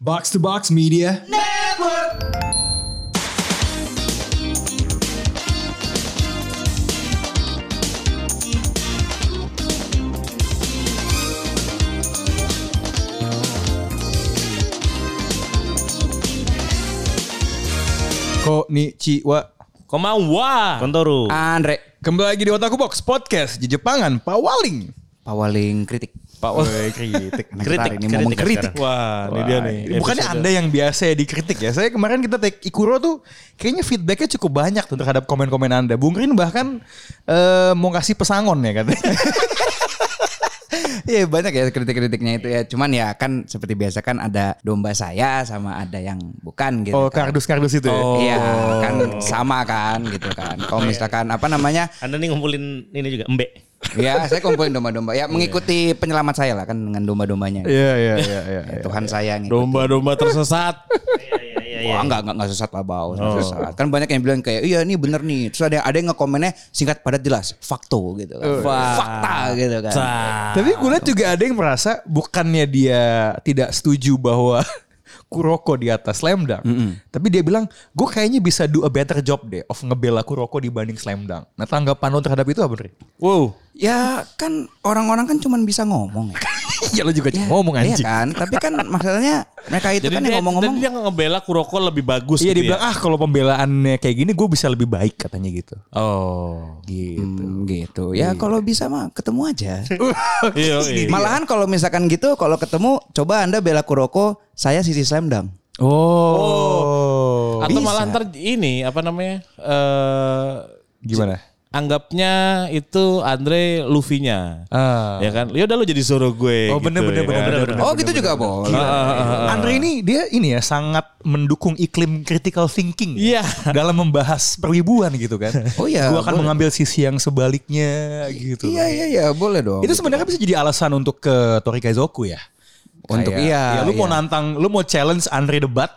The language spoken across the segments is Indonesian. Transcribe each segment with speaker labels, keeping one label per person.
Speaker 1: Box to Box Media.
Speaker 2: Konnichiwa
Speaker 3: Komawa.
Speaker 4: Kontoru.
Speaker 2: Andre Kembali lagi di Otaku Box Podcast Jejepangan Pawaling
Speaker 4: Pawaling kritik.
Speaker 2: Pawaling Kritik
Speaker 4: Kritik,
Speaker 2: Ini mau
Speaker 4: kritik
Speaker 2: mengkritik
Speaker 4: sekarang.
Speaker 3: Wah, ini dia nih.
Speaker 2: Ini Bukannya
Speaker 3: episode.
Speaker 2: anda yang biasa ya dikritik ya Saya kemarin kita take Ikuro tuh Kayaknya feedbacknya cukup banyak tuh Terhadap komen-komen anda Bung Rin bahkan eh, Mau kasih pesangon ya katanya
Speaker 4: Iya banyak ya kritik-kritiknya itu ya. Cuman ya kan seperti biasa kan ada domba saya sama ada yang bukan gitu.
Speaker 2: Oh
Speaker 4: kan.
Speaker 2: kardus-kardus itu ya
Speaker 4: Iya kan sama kan gitu kan. Kalau misalkan apa namanya
Speaker 5: Anda nih ngumpulin ini juga embe.
Speaker 4: ya saya kumpulin domba-domba ya mengikuti penyelamat saya lah kan dengan domba-dombanya.
Speaker 2: Iya iya iya iya.
Speaker 4: Ya, Tuhan saya ngikutin.
Speaker 3: Domba-domba tersesat.
Speaker 4: Wah, enggak, enggak, enggak sesat lah bau. enggak sesat. Kan banyak yang bilang kayak, iya ini bener nih. Terus ada yang, ada yang ngekomennya singkat padat jelas. Fakto gitu kan. Fakta gitu kan.
Speaker 2: Tapi gue liat juga ada yang merasa bukannya dia tidak setuju bahwa Kuroko di atas Slam Dunk. Tapi dia bilang, gue kayaknya bisa do a better job deh of ngebela Kuroko dibanding Slam Dunk. Nah tanggapan lo terhadap itu apa, Ri?
Speaker 3: Wow.
Speaker 4: Ya kan orang-orang kan cuman bisa ngomong ya.
Speaker 2: ya lo juga
Speaker 4: Ya,
Speaker 2: ngomong
Speaker 4: iya
Speaker 2: anjing.
Speaker 4: kan, tapi kan masalahnya mereka itu
Speaker 3: Jadi
Speaker 4: kan
Speaker 3: dia,
Speaker 4: yang ngomong-ngomong.
Speaker 3: jadi dia ngebela Kuroko lebih bagus
Speaker 2: Iya
Speaker 4: ya?
Speaker 2: dia
Speaker 3: gitu
Speaker 2: bilang, ah kalau pembelaannya kayak gini gue bisa lebih baik katanya gitu.
Speaker 3: Oh.
Speaker 2: Gitu.
Speaker 4: Hmm, gitu. Ya kalau bisa mah ketemu aja.
Speaker 3: Iya, iya.
Speaker 4: Malahan kalau misalkan gitu, kalau ketemu coba Anda bela Kuroko, saya sisi slam dunk.
Speaker 2: Oh.
Speaker 3: Atau
Speaker 4: Bisa.
Speaker 3: malah ntar ini apa namanya? eh
Speaker 2: Gimana?
Speaker 3: anggapnya itu Andre Luffy-nya.
Speaker 2: Ah.
Speaker 3: Ya kan? Ya udah lu jadi Zoro gue
Speaker 2: Oh,
Speaker 3: gitu,
Speaker 2: bener, bener,
Speaker 3: ya
Speaker 2: bener,
Speaker 3: kan?
Speaker 2: bener, bener.
Speaker 4: oh, gitu juga boleh. ah,
Speaker 2: Andre ini dia ini ya sangat mendukung iklim critical thinking ya,
Speaker 3: Iya.
Speaker 2: dalam membahas perwibuan gitu kan.
Speaker 4: Oh iya,
Speaker 2: Gue akan
Speaker 4: boleh.
Speaker 2: mengambil sisi yang sebaliknya gitu.
Speaker 4: Iya, iya, iya, boleh dong.
Speaker 2: Itu sebenarnya bisa jadi alasan untuk ke Torikaizoku ya.
Speaker 4: Untuk
Speaker 2: Kayak, ya,
Speaker 4: iya,
Speaker 2: lu mau
Speaker 4: iya.
Speaker 2: nantang, lu mau challenge Andre debat.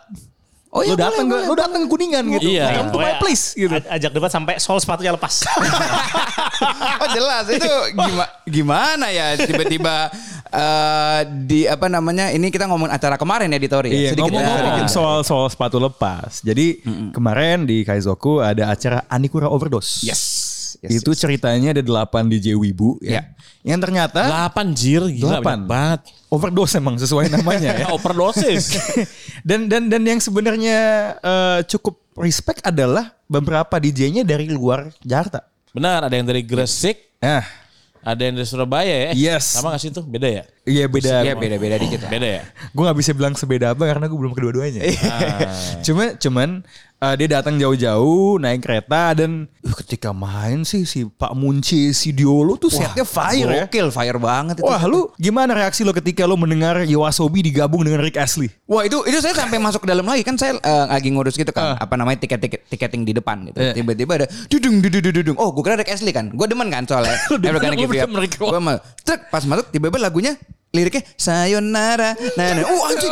Speaker 4: Oh, iya,
Speaker 2: lu datang
Speaker 4: boleh,
Speaker 2: ke lu datang ke Kuningan gitu.
Speaker 3: Iya.
Speaker 2: Come to my
Speaker 5: Pokoknya
Speaker 2: place gitu.
Speaker 5: a- Ajak debat sampai sol sepatunya lepas.
Speaker 4: Oh jelas itu gima- gimana ya tiba-tiba eh, di apa namanya ini kita ngomong acara kemarin ya di Tori. ya?
Speaker 2: Iya,
Speaker 4: Sedikit-
Speaker 2: ngomong-ngomong
Speaker 4: sedikit.
Speaker 2: soal soal sepatu lepas. Jadi kemarin di Kaizoku ada acara Anikura Overdose.
Speaker 4: Yes. Yes,
Speaker 2: itu ceritanya ada 8 DJ Wibu ya.
Speaker 4: Ya.
Speaker 2: Yang ternyata
Speaker 3: Delapan jir gila
Speaker 2: Delapan.
Speaker 3: banyak banget.
Speaker 2: overdose emang sesuai namanya ya.
Speaker 3: Overdosis.
Speaker 2: dan dan dan yang sebenarnya eh, cukup respect adalah beberapa DJ-nya dari luar Jakarta.
Speaker 3: Benar, ada yang dari Gresik,
Speaker 2: Nah,
Speaker 3: ada yang dari Surabaya ya. Eh,
Speaker 2: Yes.
Speaker 3: Sama gak sih itu? Beda ya?
Speaker 2: iya beda.
Speaker 4: Iya beda-beda dikit lah.
Speaker 3: Beda ya?
Speaker 2: Gue nggak bisa bilang sebeda apa karena gue belum kedua-duanya.
Speaker 4: Iya.
Speaker 2: Cuma cuman eh, dia datang jauh-jauh naik kereta dan uh, ketika main sih si Pak Munci si Diolo tuh setnya fire ya.
Speaker 4: Gokil, fire banget itu.
Speaker 2: Wah lu gimana reaksi lo ketika lo mendengar Yoasobi digabung dengan Rick Astley?
Speaker 4: Wah itu itu saya sampai masuk ke dalam lagi kan saya eh, lagi ngurus gitu kan apa namanya tiket tiket tiketing di depan gitu
Speaker 2: Eh.
Speaker 4: tiba-tiba ada dudung dudung dudung dudung oh gue kira Rick Astley kan gue demen kan soalnya
Speaker 2: demen,
Speaker 4: Every Kinda
Speaker 2: lu
Speaker 4: Give You Up.
Speaker 2: demen Rick Roll.
Speaker 4: Gua ma- trek pas masuk tiba-tiba lagunya liriknya sayonara nah nah oh anjing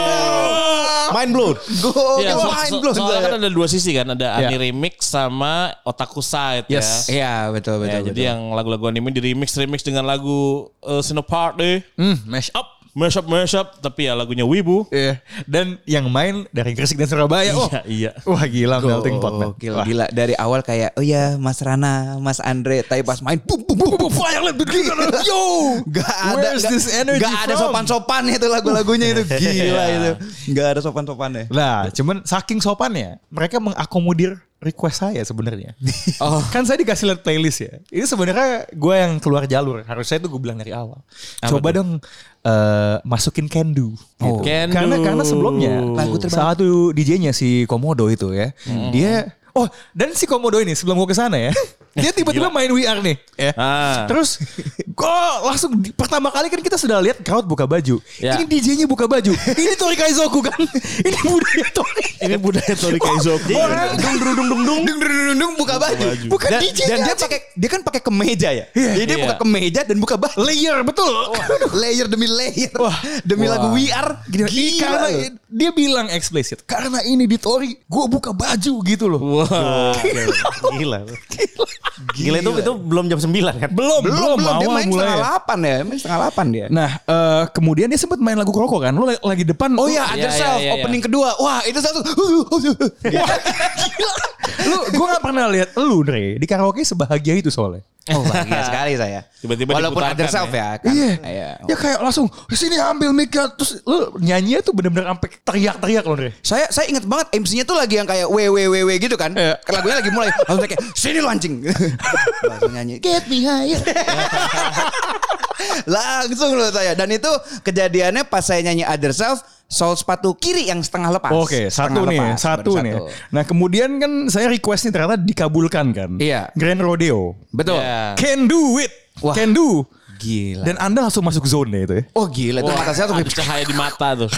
Speaker 4: Wah.
Speaker 5: Mind blown.
Speaker 2: Oh,
Speaker 4: gokil
Speaker 3: Iya, so-
Speaker 4: mind
Speaker 3: so-
Speaker 4: blown.
Speaker 3: soalnya kan ada dua sisi kan, ada
Speaker 2: Iya.
Speaker 3: anime remix sama otaku side
Speaker 2: Yes.
Speaker 3: ya.
Speaker 4: Iya betul betul.
Speaker 3: Ya,
Speaker 4: betul.
Speaker 3: jadi yang lagu-lagu anime di remix remix dengan lagu uh, Sinopart deh.
Speaker 2: Hmm, mash up.
Speaker 3: Mashup mashup tapi ya lagunya Wibu.
Speaker 2: Iya. Dan yang main dari Gresik dan Surabaya. Oh.
Speaker 3: Iya, iya.
Speaker 2: Wah gila melting pot. man.
Speaker 4: Gokil,
Speaker 2: Wah.
Speaker 4: gila dari awal kayak oh ya Mas Rana, Mas Andre, tapi pas main bum bum bum bum fire let begin. Yo, gak ada
Speaker 2: Where's
Speaker 4: gak,
Speaker 2: this energy
Speaker 4: gak ada
Speaker 2: from?
Speaker 4: sopan-sopan itu lagu-lagunya itu gila itu. Gak ada ya. sopan-sopannya.
Speaker 2: Nah, cuman saking sopannya mereka mengakomodir request saya sebenarnya.
Speaker 4: Oh.
Speaker 2: kan saya dikasih lihat playlist ya. Ini sebenarnya gue yang keluar jalur. Harusnya itu gue bilang dari awal. Coba dong eh, masukin Kendu.
Speaker 3: Oh. Can
Speaker 2: Karena
Speaker 3: Do.
Speaker 2: karena sebelumnya
Speaker 4: Lagu terbaru.
Speaker 2: salah satu DJ-nya si Komodo itu ya.
Speaker 3: Hmm.
Speaker 2: Dia Oh, dan si Komodo ini sebelum gue kesana ya, dia tiba-tiba main We Are nih. Ya.
Speaker 3: Ah.
Speaker 2: Terus kok langsung di- pertama kali kan kita sudah lihat crowd buka baju.
Speaker 3: Ya.
Speaker 2: Ini DJ-nya buka baju. Ini Tori Kaizoku kan. Ini budaya Tori.
Speaker 3: Ini budaya Tori Kaizoku.
Speaker 2: Orang dung dung dung dung dung.
Speaker 4: Dung dung dung dung buka baju. Bukan
Speaker 2: Dan-
Speaker 4: DJ dan dia pakai dia kan pakai kemeja ya. Jadi dia
Speaker 3: Iya.
Speaker 4: buka kemeja dan buka baju.
Speaker 2: Layer betul.
Speaker 4: layer demi layer. demi lagu We Are. Gila.
Speaker 2: Ini karena
Speaker 4: loh.
Speaker 2: dia bilang eksplisit karena ini di Tori gue buka baju gitu loh.
Speaker 3: Wah.
Speaker 5: Gila. Gila, itu itu belum jam 9 kan?
Speaker 2: Belum,
Speaker 4: Belum, belum. Dia
Speaker 2: awal
Speaker 4: main setengah
Speaker 2: mulai.
Speaker 4: delapan ya. Main setengah delapan dia.
Speaker 2: Nah, eh, kemudian dia sempat main lagu Kroko kan. Lu la- lagi depan.
Speaker 4: Oh
Speaker 2: lu-
Speaker 4: iya, Other
Speaker 2: Iya, iya,
Speaker 4: Self
Speaker 2: iya, iya.
Speaker 4: opening kedua. Wah, itu satu.
Speaker 2: Wah, gila. lu gue gak pernah lihat lu Dre di karaoke sebahagia itu soalnya.
Speaker 4: Oh, bahagia sekali saya.
Speaker 3: Tiba-tiba
Speaker 4: Walaupun
Speaker 3: diputarkan
Speaker 4: Other Self ya. kan.
Speaker 2: Iya.
Speaker 4: Iya.
Speaker 2: Ya kayak langsung sini ambil mic-nya terus lu nyanyinya tuh bener-bener sampai teriak-teriak loh Dre.
Speaker 4: Saya saya ingat banget MC-nya tuh lagi yang kayak www gitu kan.
Speaker 2: Iya.
Speaker 4: Lagunya lagi mulai langsung kayak sini lu anjing. langsung nyanyi get me higher. langsung loh saya. Dan itu kejadiannya pas saya nyanyi Other Self soal sepatu kiri yang setengah lepas.
Speaker 2: Oke, satu
Speaker 4: Setengah
Speaker 2: nih,
Speaker 4: lepas,
Speaker 2: satu
Speaker 4: baru
Speaker 2: nih. Nah, kemudian kan saya request nih ternyata dikabulkan kan.
Speaker 4: Iya.
Speaker 2: Grand Rodeo.
Speaker 4: Betul.
Speaker 3: Iya.
Speaker 2: Can do it.
Speaker 4: Wah.
Speaker 2: Can do.
Speaker 4: Gila.
Speaker 2: Dan Anda langsung masuk zone deh itu ya.
Speaker 4: Oh gila itu mata saya tuh
Speaker 3: ada cahaya di mata tuh.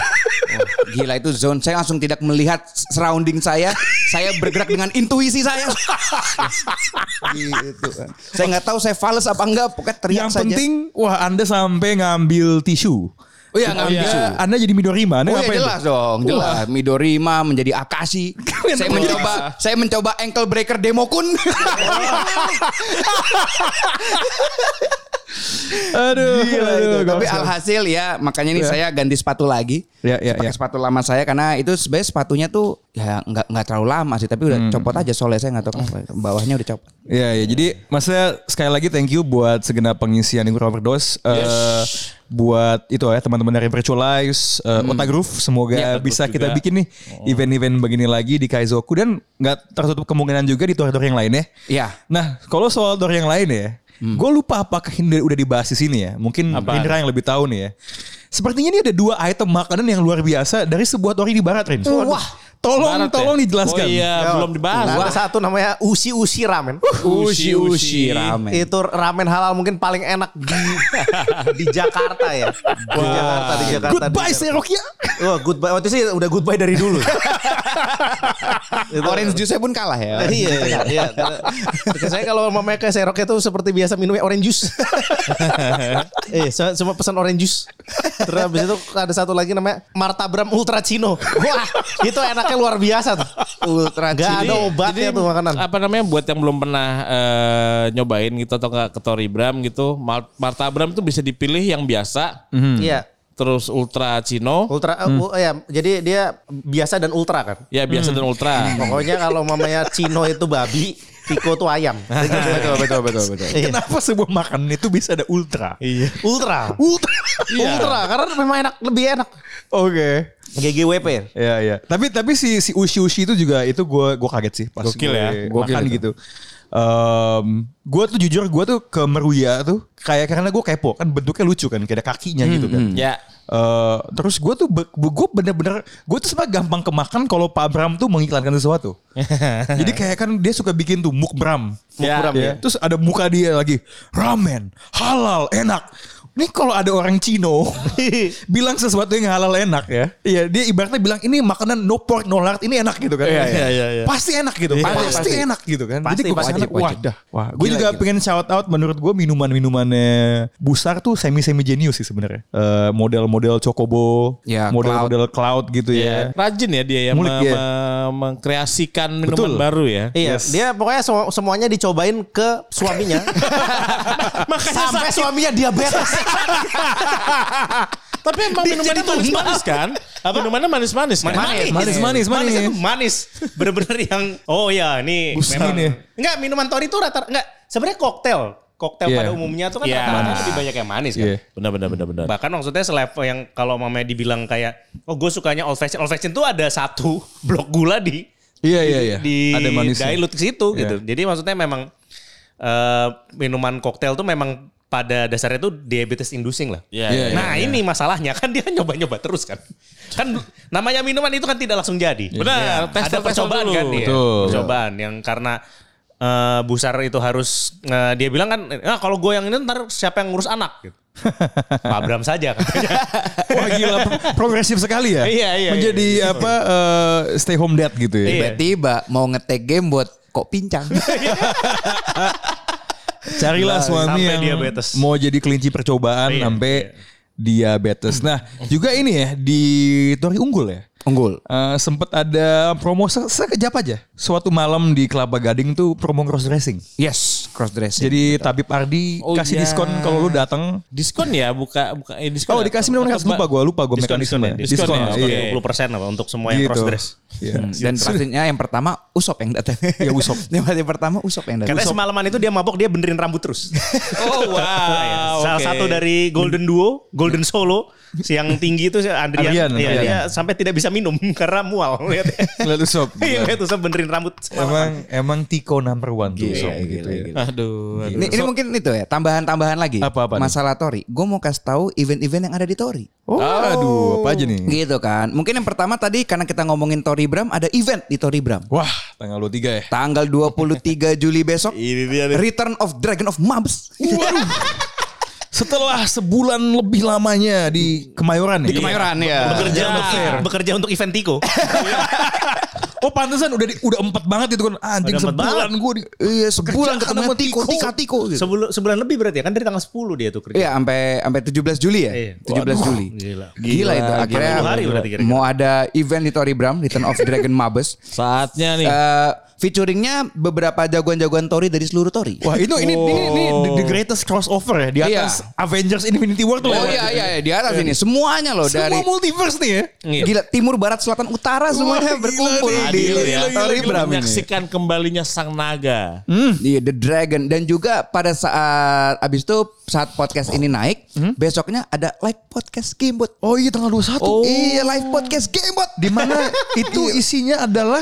Speaker 4: Gila itu zone saya langsung tidak melihat surrounding saya. Saya bergerak dengan intuisi saya. gitu kan. Saya nggak tahu saya fals apa enggak, pokoknya teriak
Speaker 2: Yang
Speaker 4: saja.
Speaker 2: penting, wah Anda sampai ngambil tisu.
Speaker 4: oh iya ngambil
Speaker 2: Anda,
Speaker 4: tisu.
Speaker 2: anda jadi Midorima. Anda
Speaker 4: Oh iya
Speaker 2: ngapain
Speaker 4: jelas
Speaker 2: tuh?
Speaker 4: dong, jelas. Midorima menjadi Akashi.
Speaker 2: Kalian
Speaker 4: saya
Speaker 2: tuh
Speaker 4: mencoba saya mencoba ankle breaker Demokun.
Speaker 2: Aduh,
Speaker 4: Gila
Speaker 2: aduh,
Speaker 4: itu.
Speaker 2: gak
Speaker 4: Tapi
Speaker 2: usah.
Speaker 4: alhasil ya, makanya nih
Speaker 2: Ya.
Speaker 4: saya ganti sepatu lagi.
Speaker 2: Ya, ya,
Speaker 4: pakai
Speaker 2: ya.
Speaker 4: sepatu lama saya karena itu sebenarnya sepatunya tuh ya nggak nggak terlalu lama sih, tapi udah copot aja soalnya saya nggak tahu kenapa. bawahnya udah copot.
Speaker 2: Ya, ya. Jadi maksudnya sekali lagi thank you buat segenap pengisian yang Robert Dos. Eh, buat itu ya teman-teman dari Virtualize, eh,
Speaker 3: Hmm.
Speaker 2: Otak Groove. Semoga
Speaker 3: Iya,
Speaker 2: bisa kita bikin nih
Speaker 3: Oh.
Speaker 2: event-event begini lagi di Kaizoku dan nggak tertutup kemungkinan juga di tour-tour yang lain ya.
Speaker 4: Iya.
Speaker 2: Nah, kalau soal tour yang lain ya,
Speaker 3: Hmm.
Speaker 2: gue lupa apakah ini udah dibahas di sini ya. Mungkin Indra yang lebih tahu nih ya. Sepertinya ini ada dua item makanan yang luar biasa dari sebuah tour di Barat, Rin. Wah, tolong
Speaker 3: Barat ya?
Speaker 2: tolong dijelaskan.
Speaker 3: Oh iya, belum dibahas.
Speaker 1: Ada satu namanya usi usi ramen. Uh,
Speaker 3: Ushi ushi.
Speaker 4: ramen.
Speaker 1: Itu ramen halal mungkin paling enak di di Jakarta ya. Di Jakarta, di Jakarta. di Jakarta.
Speaker 2: Goodbye Serokia.
Speaker 1: Wah, goodbye. Waktu itu sih udah goodbye dari dulu. Itu-
Speaker 4: Orange juice pun kalah ya.
Speaker 1: iya, iya, iya. Karena saya kalau mau mereka seroknya tuh seperti biasa minumnya orange juice. eh, saya cuma pesan orange juice. Terus habis itu ada satu lagi namanya Martabram Ultra Cino. Wah, itu enaknya luar biasa tuh. Ultra Gak ada obatnya tuh makanan.
Speaker 3: Apa namanya buat yang belum pernah eh, nyobain gitu atau enggak ke Toribram gitu, Mar- martabram tuh bisa dipilih yang biasa,
Speaker 1: Iya.
Speaker 3: terus ultra cino,
Speaker 1: Ultra eh, u- ya, jadi dia biasa dan ultra kan.
Speaker 3: ya biasa dan ultra.
Speaker 5: Hmm.
Speaker 1: Pokoknya kalau mamanya Cino itu babi, Piko tuh ayam.
Speaker 4: betul, betul, betul, betul.
Speaker 1: Iya.
Speaker 2: Kenapa sebuah makanan itu bisa ada ultra?
Speaker 3: Iya.
Speaker 1: Ultra.
Speaker 2: Ultra.
Speaker 1: Ultra karena memang enak lebih enak.
Speaker 2: Oke.
Speaker 1: GGWP.
Speaker 2: Iya iya. Tapi tapi si si ushi ushi itu juga itu gue gue kaget sih pas
Speaker 3: Gokil
Speaker 2: gue
Speaker 3: ya.
Speaker 2: makan gitu. gue tuh jujur gue tuh ke Meruya tuh kayak karena gue kepo kan bentuknya lucu kan kayak ada kakinya gitu kan.
Speaker 3: Ya.
Speaker 2: Eh, terus gue tuh gue bener-bener gue tuh sebenarnya gampang kemakan kalau Pak Bram tuh mengiklankan sesuatu. Jadi kayak kan dia suka bikin tuh mukbram.
Speaker 3: Ya.
Speaker 2: Mukbram ya. Terus ada muka dia lagi ramen halal enak. Ini kalau ada orang Cino bilang sesuatu yang halal enak ya. Iya, dia ibaratnya bilang ini makanan no pork no lard ini enak gitu kan.
Speaker 3: iya, iya, iya.
Speaker 2: Pasti enak gitu. Pasti, enak gitu kan.
Speaker 1: Pasti,
Speaker 2: Jadi gue
Speaker 1: pasti,
Speaker 2: kesana,
Speaker 1: wajib.
Speaker 2: wah dah. Wah, gue juga pengen shout out menurut gue minuman-minumannya Busar tuh semi-semi jenius sih sebenarnya. Eh, model-model Chocobo,
Speaker 4: Ya,
Speaker 2: model-model cloud. gitu ya.
Speaker 3: Rajin ya dia ya
Speaker 2: Ngulik
Speaker 3: me-
Speaker 2: ya.
Speaker 3: me- mengkreasikan minuman
Speaker 2: Betul.
Speaker 3: baru ya.
Speaker 1: Iya, dia pokoknya semu- semuanya dicobain ke suaminya. Sampai suaminya diabetes.
Speaker 3: Tapi emang minumannya
Speaker 5: jadi tumbal.
Speaker 3: manis-manis kan? Minumannya manis-manis kan?
Speaker 5: Manis.
Speaker 2: Manis, manis, manis.
Speaker 5: itu manis. Bener-bener yang oh ya ini
Speaker 2: Buset.
Speaker 5: memang.
Speaker 2: Ini.
Speaker 5: Enggak minuman tori itu rata enggak sebenarnya koktel. Koktel
Speaker 2: Iya.
Speaker 5: pada umumnya tuh kan
Speaker 3: Iya.
Speaker 5: rata-rata
Speaker 3: Manis.
Speaker 5: lebih banyak yang manis kan.
Speaker 2: Iya.
Speaker 3: Benar benar benar benar.
Speaker 5: Bahkan maksudnya selevel yang kalau mamanya dibilang kayak oh gue sukanya old fashion. Old fashion tuh ada satu blok gula di
Speaker 2: Iya, iya, iya.
Speaker 5: di
Speaker 2: Ada manisnya.
Speaker 5: dilute ke situ
Speaker 2: Iya.
Speaker 5: gitu. Jadi maksudnya memang eh, minuman koktel tuh memang pada dasarnya tuh diabetes inducing lah.
Speaker 3: Iya,
Speaker 2: iya,
Speaker 5: Nah ini masalahnya kan dia nyoba-nyoba terus kan. Kan namanya minuman itu kan tidak langsung jadi.
Speaker 3: Benar,
Speaker 5: Iya.
Speaker 3: tes dulu,
Speaker 5: Ada
Speaker 3: tes
Speaker 5: percobaan
Speaker 3: dulu.
Speaker 5: kan dia.
Speaker 2: Betul.
Speaker 5: Percobaan yang karena eh, Busar itu harus eh, dia bilang kan, nah kalau gue yang ini ntar siapa yang ngurus anak? Gitu. Pak Abram saja kan. katanya.
Speaker 2: Wah gila, pro- progresif sekali ya.
Speaker 5: Iya, iya,
Speaker 2: Menjadi apa, eh, stay home dad gitu ya.
Speaker 5: Iya.
Speaker 4: Tiba-tiba mau ngetek game buat kok pincang.
Speaker 2: Carilah suami
Speaker 5: sampai
Speaker 2: yang
Speaker 5: diabetes. Iya.
Speaker 2: mau jadi kelinci percobaan sampai diabetes. Nah, juga ini ya di Tori Unggul ya.
Speaker 4: Unggul.
Speaker 2: Eh, sempet ada promo se- sekejap aja. Suatu malam di Kelapa Gading tuh promo cross dressing.
Speaker 4: Yes, cross dressing.
Speaker 2: Jadi Tabib Ardi
Speaker 3: Oh,
Speaker 2: kasih
Speaker 3: iya.
Speaker 2: diskon kalau lu datang.
Speaker 3: Diskon ya buka buka eh, diskon.
Speaker 2: Oh
Speaker 3: ya?
Speaker 2: dikasih minum khas lupa gue lupa gue
Speaker 5: Diskon diskon ya.
Speaker 2: mekanisme.
Speaker 5: Diskon,
Speaker 3: Diskon
Speaker 5: ya.
Speaker 3: ya,
Speaker 5: Diskon
Speaker 2: iya.
Speaker 3: oke.
Speaker 2: Gitu.
Speaker 5: 20% apa untuk semua yang cross dress.
Speaker 2: Hmm.
Speaker 4: Hmm, Dan pastinya yang pertama Usop yang datang.
Speaker 2: Ya, Usop.
Speaker 4: yang paling pertama Usop yang datang.
Speaker 5: Katanya semalaman itu dia mabok dia benerin rambut terus.
Speaker 3: Oh wow. oke.
Speaker 5: Salah satu dari Golden Duo, Golden Solo, si yang tinggi itu si Andrian,
Speaker 2: Andrian,
Speaker 5: Iya,
Speaker 2: Andrian.
Speaker 5: dia sampai tidak bisa minum karena mual. Lihat ya.
Speaker 2: Lihat Usop.
Speaker 5: Iya, lihat tuh benerin rambut.
Speaker 2: Emang emang Tiko number one tuh
Speaker 4: Gila,
Speaker 2: Usop
Speaker 4: gila,
Speaker 2: gitu ya.
Speaker 4: gila.
Speaker 3: Aduh. aduh.
Speaker 4: Ini, ini mungkin itu ya tambahan-tambahan lagi
Speaker 2: Apa-apa nih?
Speaker 4: masalah Tori. Gue mau kasih tahu event-event yang ada di Tori.
Speaker 2: Oh, aduh apa aja nih?
Speaker 4: Gitu kan. Mungkin yang pertama tadi karena kita ngomongin Tori Bram ada event di Tori Bram.
Speaker 2: Wah tanggal 23 ya.
Speaker 4: Tanggal 23 Juli besok
Speaker 3: Ini dia nih.
Speaker 4: Return of Dragon of Mabs.
Speaker 2: Waduh. Setelah sebulan lebih lamanya di Kemayoran ya.
Speaker 4: Di Kemayoran ya.
Speaker 5: Bekerja untuk bekerja untuk event Tiko.
Speaker 2: Oh pantesan udah di, udah empat banget itu kan anjing
Speaker 5: Udah empat
Speaker 2: sebulan gue di
Speaker 4: Iya
Speaker 2: Kerjaan
Speaker 4: sebulan ketemu
Speaker 2: sama
Speaker 4: Tiko,
Speaker 2: Tiko.
Speaker 4: Tika Tiko gitu.
Speaker 5: Sebelum sebulan lebih berarti ya kan dari tanggal 10 dia tuh kerja.
Speaker 4: Iya sampai sampai 17 Juli ya?
Speaker 5: Iya.
Speaker 4: 17 Juli.
Speaker 5: Gila.
Speaker 4: Gila, itu
Speaker 2: Iya,
Speaker 4: akhirnya
Speaker 5: 40 hari berarti kira-kira.
Speaker 4: mau ada event di Tori Bram Return of Dragon Mabes.
Speaker 3: Saatnya nih.
Speaker 4: Eh, featuringnya beberapa jagoan-jagoan Tori dari seluruh Tori.
Speaker 2: Wah ini ini ini, ini the- the greatest crossover ya di
Speaker 4: Iya.
Speaker 2: atas Avengers Infinity War tuh.
Speaker 4: Oh
Speaker 2: lewat.
Speaker 4: iya iya iya, di atas ini semuanya loh
Speaker 2: Semua
Speaker 4: dari
Speaker 2: multiverse nih ya.
Speaker 3: Iya.
Speaker 4: gila timur barat selatan utara semuanya
Speaker 2: gila
Speaker 4: berkumpul
Speaker 2: nih.
Speaker 4: di
Speaker 3: Adil ya.
Speaker 4: Tori Bram ini.
Speaker 3: Menyaksikan kembalinya sang naga.
Speaker 4: Iya The Dragon dan juga pada saat abis itu saat podcast ini naik
Speaker 2: Hmm.
Speaker 4: besoknya ada live podcast Gamebot.
Speaker 2: Oh Iya. iya tanggal 21.
Speaker 4: Iya live podcast Gamebot.
Speaker 2: Di mana itu isinya adalah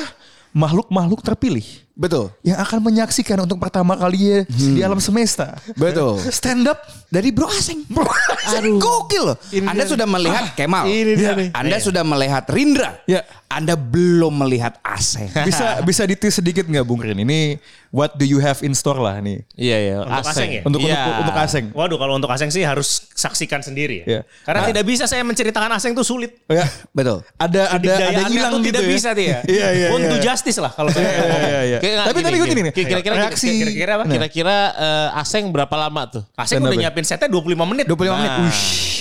Speaker 2: makhluk-makhluk terpilih
Speaker 4: Betul.
Speaker 2: yang akan menyaksikan untuk pertama kalinya di alam semesta.
Speaker 4: Betul.
Speaker 2: Stand up
Speaker 4: Dari Bro Aseng. Bro Aseng Ah, gokil loh. Anda sudah melihat Kemal. Ya. Anda sudah melihat Rindra.
Speaker 2: Ya.
Speaker 4: Anda belum melihat Aseng.
Speaker 2: bisa bisa ditis sedikit nggak Bung Rin? Ini what do you have in store lah nih.
Speaker 3: Iya ya.
Speaker 5: Untuk Aseng ya?
Speaker 2: Untuk
Speaker 3: Iya.
Speaker 2: untuk, untuk aseng.
Speaker 5: Waduh kalau untuk Aseng sih harus saksikan sendiri ya.
Speaker 2: Iya.
Speaker 5: Karena tidak bisa saya menceritakan Aseng tuh sulit.
Speaker 2: Oh, ya.
Speaker 4: Betul.
Speaker 2: Ada ada ada
Speaker 5: Kedayaannya
Speaker 2: hilang
Speaker 5: tuh
Speaker 2: gitu
Speaker 5: tidak
Speaker 2: ya.
Speaker 5: bisa dia.
Speaker 2: Iya iya.
Speaker 5: Untuk
Speaker 2: iya.
Speaker 5: justice lah kalau saya
Speaker 2: Iya, iya, iya.
Speaker 3: Kayak nggak
Speaker 2: Tapi tapi gue gini nih.
Speaker 3: Kira-kira
Speaker 2: reaksi Nah.
Speaker 5: kira-kira apa?
Speaker 3: Kira-kira eh, Aseng berapa lama tuh?
Speaker 5: Aseng
Speaker 2: Stand
Speaker 5: udah
Speaker 2: up ya?
Speaker 5: nyiapin setnya 25 menit. 25
Speaker 3: Nah,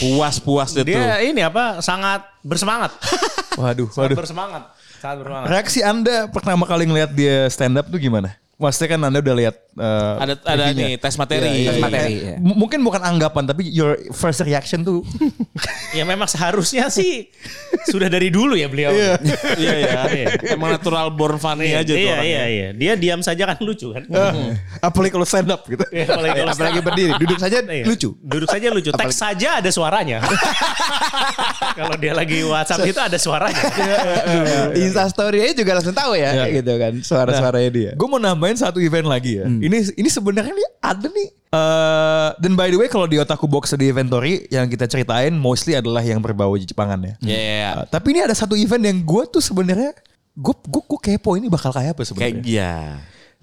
Speaker 3: puas-puas deh tuh.
Speaker 5: Dia ini apa sangat bersemangat.
Speaker 2: Waduh,
Speaker 5: sangat
Speaker 2: waduh.
Speaker 5: bersemangat. Sangat bersemangat.
Speaker 2: Reaksi Anda pertama kali ngelihat dia stand up tuh gimana? Maksudnya kan Anda udah lihat eh,
Speaker 3: Ada ada
Speaker 2: reviewnya.
Speaker 3: nih tes materi.
Speaker 4: Iya, iya, materi,
Speaker 2: Eh,
Speaker 4: iya.
Speaker 2: m- Mungkin bukan anggapan tapi your first reaction tuh
Speaker 5: Ya memang seharusnya sih sudah dari dulu ya beliau. Iya
Speaker 3: Iya ya. Emang natural born funny aja tuh
Speaker 5: iya,
Speaker 3: orangnya.
Speaker 5: iya, iya. Dia diam saja kan lucu kan.
Speaker 2: Eh, apalagi kalau stand up gitu.
Speaker 3: Iya,
Speaker 5: Ya, apalagi, kalau
Speaker 4: Apalagi
Speaker 5: setelah-
Speaker 4: berdiri, Eh, duduk saja
Speaker 5: Iya.
Speaker 4: lucu.
Speaker 5: Duduk saja lucu. Teks saja ada suaranya. kalau dia lagi WhatsApp itu ada suaranya.
Speaker 4: Iya, Insta story juga langsung tahu ya
Speaker 2: Iya.
Speaker 4: gitu kan suara-suaranya dia.
Speaker 2: Gue mau nambahin satu event lagi ya. Ini ini sebenarnya nih ada nih. eh, dan by the way kalau di otaku box di inventory yang kita ceritain mostly adalah yang berbau Jepangan ya.
Speaker 3: Iya, iya, iya.
Speaker 2: Eh, tapi ini ada satu event yang gue tuh sebenarnya gue gue kepo ini bakal kayak apa
Speaker 3: Kayak
Speaker 2: sebenarnya.
Speaker 3: ya.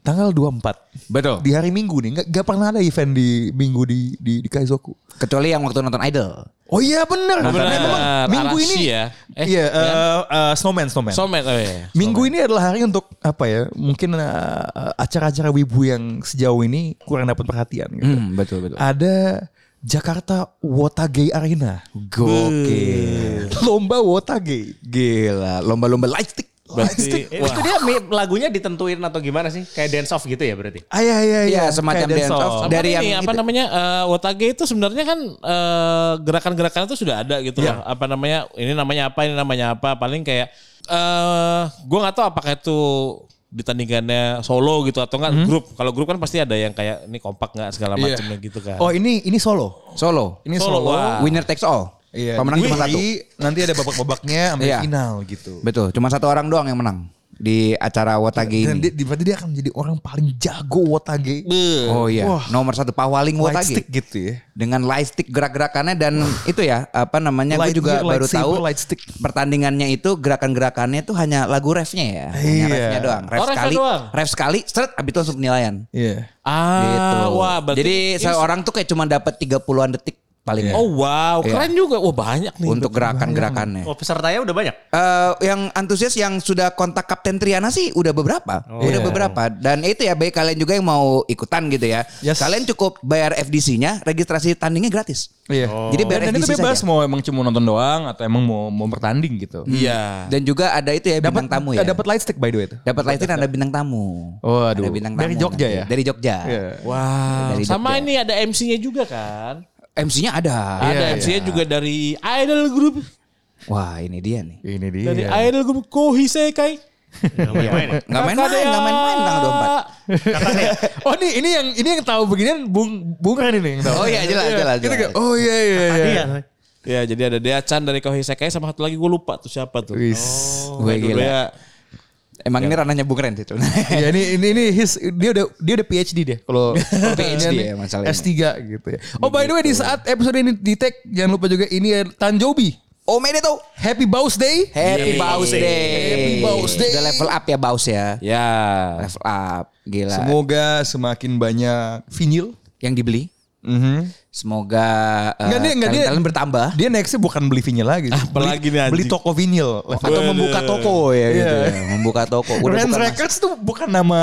Speaker 2: Tanggal 24.
Speaker 4: Betul.
Speaker 2: Di hari Minggu nih, nggak nggak pernah ada event di Minggu di di, di Kaizoku.
Speaker 4: Kecuali yang waktu nonton Idol.
Speaker 2: Oh iya benar.
Speaker 3: Benar.
Speaker 2: Minggu
Speaker 3: Arashi
Speaker 2: ini
Speaker 3: ya. Eh,
Speaker 2: iya,
Speaker 3: kan?
Speaker 2: eh, eh, snowman, snowman.
Speaker 3: Somet oh iya.
Speaker 2: Minggu ini adalah hari untuk apa ya? Mungkin eh, eh, acara-acara wibu yang sejauh ini kurang dapat perhatian gitu.
Speaker 4: Hmm, betul betul.
Speaker 2: Ada Jakarta Wotage Arena.
Speaker 4: Gokil.
Speaker 2: Lomba Wotage.
Speaker 4: Gila, lomba-lomba lightstick.
Speaker 3: Berarti
Speaker 5: Eh,
Speaker 3: wah.
Speaker 5: Itu dia mi- lagunya ditentuin atau gimana sih? Kayak dance off gitu ya berarti.
Speaker 2: Ayah, ayah,
Speaker 4: Iya, semacam dance off.
Speaker 3: Sama
Speaker 4: Dari
Speaker 3: ini,
Speaker 4: yang
Speaker 3: apa
Speaker 4: itu.
Speaker 3: namanya eh, Wotage itu sebenarnya kan eh, gerakan-gerakan itu sudah ada gitu
Speaker 2: Iya.
Speaker 4: Ya.
Speaker 3: loh. Apa namanya ini namanya apa ini namanya apa paling kayak eh gue nggak tahu apakah itu ditandingannya solo gitu atau
Speaker 4: Hmm.
Speaker 3: enggak grup. Kalau grup kan pasti ada yang kayak ini kompak nggak segala
Speaker 2: Iya.
Speaker 3: macamnya gitu kan.
Speaker 2: Oh ini ini solo.
Speaker 4: Solo.
Speaker 2: Ini
Speaker 3: Solo,
Speaker 2: solo.
Speaker 3: wah.
Speaker 4: Winner takes all.
Speaker 2: Iya.
Speaker 4: Pemenang
Speaker 2: jadi
Speaker 4: cuma satu.
Speaker 2: Nanti ada babak-babaknya sampai
Speaker 4: Iya.
Speaker 2: final gitu.
Speaker 4: Betul, cuma satu orang doang yang menang di acara Wotage
Speaker 2: Dan
Speaker 4: ini.
Speaker 2: dia, dia- berarti dia akan menjadi orang paling jago Wotage.
Speaker 3: Beuh.
Speaker 4: Oh iya,
Speaker 2: Wah.
Speaker 4: nomor satu pawaling
Speaker 2: Wotage
Speaker 4: Wotage.
Speaker 2: gitu ya.
Speaker 4: Dengan light stick gerak-gerakannya dan itu ya, apa namanya, gue
Speaker 2: Light gear,
Speaker 4: juga baru
Speaker 2: lightsaber,
Speaker 4: tahu
Speaker 2: light stick.
Speaker 4: pertandingannya itu geerakan-gerakannya itu hanya lagu refnya ya. Hanya
Speaker 2: Iya.
Speaker 4: refnya doang. Ref
Speaker 3: Oh, refnya
Speaker 4: sekali,
Speaker 3: doang.
Speaker 4: ref sekali, seret, abis itu langsung penilaian.
Speaker 2: Iya.
Speaker 3: Ah,
Speaker 4: gitu.
Speaker 3: wah berarti
Speaker 4: Jadi
Speaker 3: ini
Speaker 4: seorang tuh kayak cuma dapat 30-an detik
Speaker 2: Iya.
Speaker 4: paling ya
Speaker 3: Oh wow,
Speaker 4: Iya.
Speaker 3: keren juga. Wah banyak nih.
Speaker 4: untuk gerakan-gerakannya.
Speaker 5: Oh pesertanya udah banyak.
Speaker 4: Eh, yang antusias yang sudah kontak Kapten Triana sih udah beberapa, udah beberapa. Dan itu ya baik kalian juga yang mau ikutan gitu ya.
Speaker 2: Yes.
Speaker 4: Kalian cukup bayar FDC-nya, registrasi tandingnya gratis.
Speaker 2: Iya.
Speaker 4: Jadi bayar
Speaker 2: Dan, dan itu
Speaker 4: FDC
Speaker 2: bebas
Speaker 4: saja.
Speaker 2: mau emang cuma nonton doang atau emang mau mau bertanding gitu.
Speaker 4: Hmm.
Speaker 3: Iya.
Speaker 4: Dan juga ada itu ya bintang tamu ya.
Speaker 2: Dapat light stick by the way itu.
Speaker 4: Dapat lightin ada bintang tamu.
Speaker 2: Oh, aduh.
Speaker 4: Ada bintang tamu
Speaker 2: Dari Jogja
Speaker 4: nanti.
Speaker 2: ya?
Speaker 4: Dari Jogja.
Speaker 2: Iya.
Speaker 3: Wow.
Speaker 4: Dari
Speaker 3: Sama
Speaker 4: Jogja.
Speaker 3: ini ada MC-nya juga kan.
Speaker 4: MC-nya ada. Iya.
Speaker 3: ada MC-nya juga dari idol group.
Speaker 4: Wah, ini dia nih.
Speaker 2: Ini dia.
Speaker 3: Dari
Speaker 4: Iya.
Speaker 3: idol group Kohisekai.
Speaker 4: Enggak main-main, enggak main-main tanggal 24.
Speaker 2: Oh ini ini yang ini yang tahu beginian Bung Bung Ren ini yang tahu.
Speaker 4: Oh iya, jelas, jelas,
Speaker 2: Gitu
Speaker 4: jelas.
Speaker 2: kayak, oh iya iya iya.
Speaker 5: Iya.
Speaker 3: Ya jadi ada Deachan dari Kohisekai sama satu lagi gue lupa tuh siapa tuh.
Speaker 2: Wis.
Speaker 4: Gue
Speaker 3: Dulu
Speaker 4: gila.
Speaker 3: ya.
Speaker 4: Emang ini ranahnya Bung Ren sih. Tun.
Speaker 2: Ya ini ini ini his, dia udah dia udah PhD dia kalau kalau
Speaker 4: PhD
Speaker 2: Iya, ini
Speaker 4: ya masalahnya.
Speaker 2: S3 gitu ya. Oh by the way di saat episode ini di tag jangan lupa juga ini ya Tanjobi.
Speaker 4: Oh, made it tuh.
Speaker 2: Happy Bows Day.
Speaker 3: Yeay.
Speaker 4: Happy Baus Day.
Speaker 2: Happy Baus Day.
Speaker 4: Udah level up ya Baus ya.
Speaker 3: Ya.
Speaker 4: Level up. Gila.
Speaker 2: Semoga semakin banyak vinyl.
Speaker 4: yang dibeli.
Speaker 2: Mhm.
Speaker 4: Semoga uh,
Speaker 2: Nggak, dia- nggak, dia-
Speaker 4: talent-talent bertambah.
Speaker 2: Ah. Dia nextnya bukan beli vinyl lagi. sih. Beli-
Speaker 3: apalagi nih, anjing.
Speaker 2: Beli toko vinyl.
Speaker 4: Atau membuka toko ya gitu.
Speaker 2: Iya.
Speaker 4: ya. Membuka toko. Udah
Speaker 2: Rans
Speaker 4: bukan mas-
Speaker 2: Records tuh bukan nama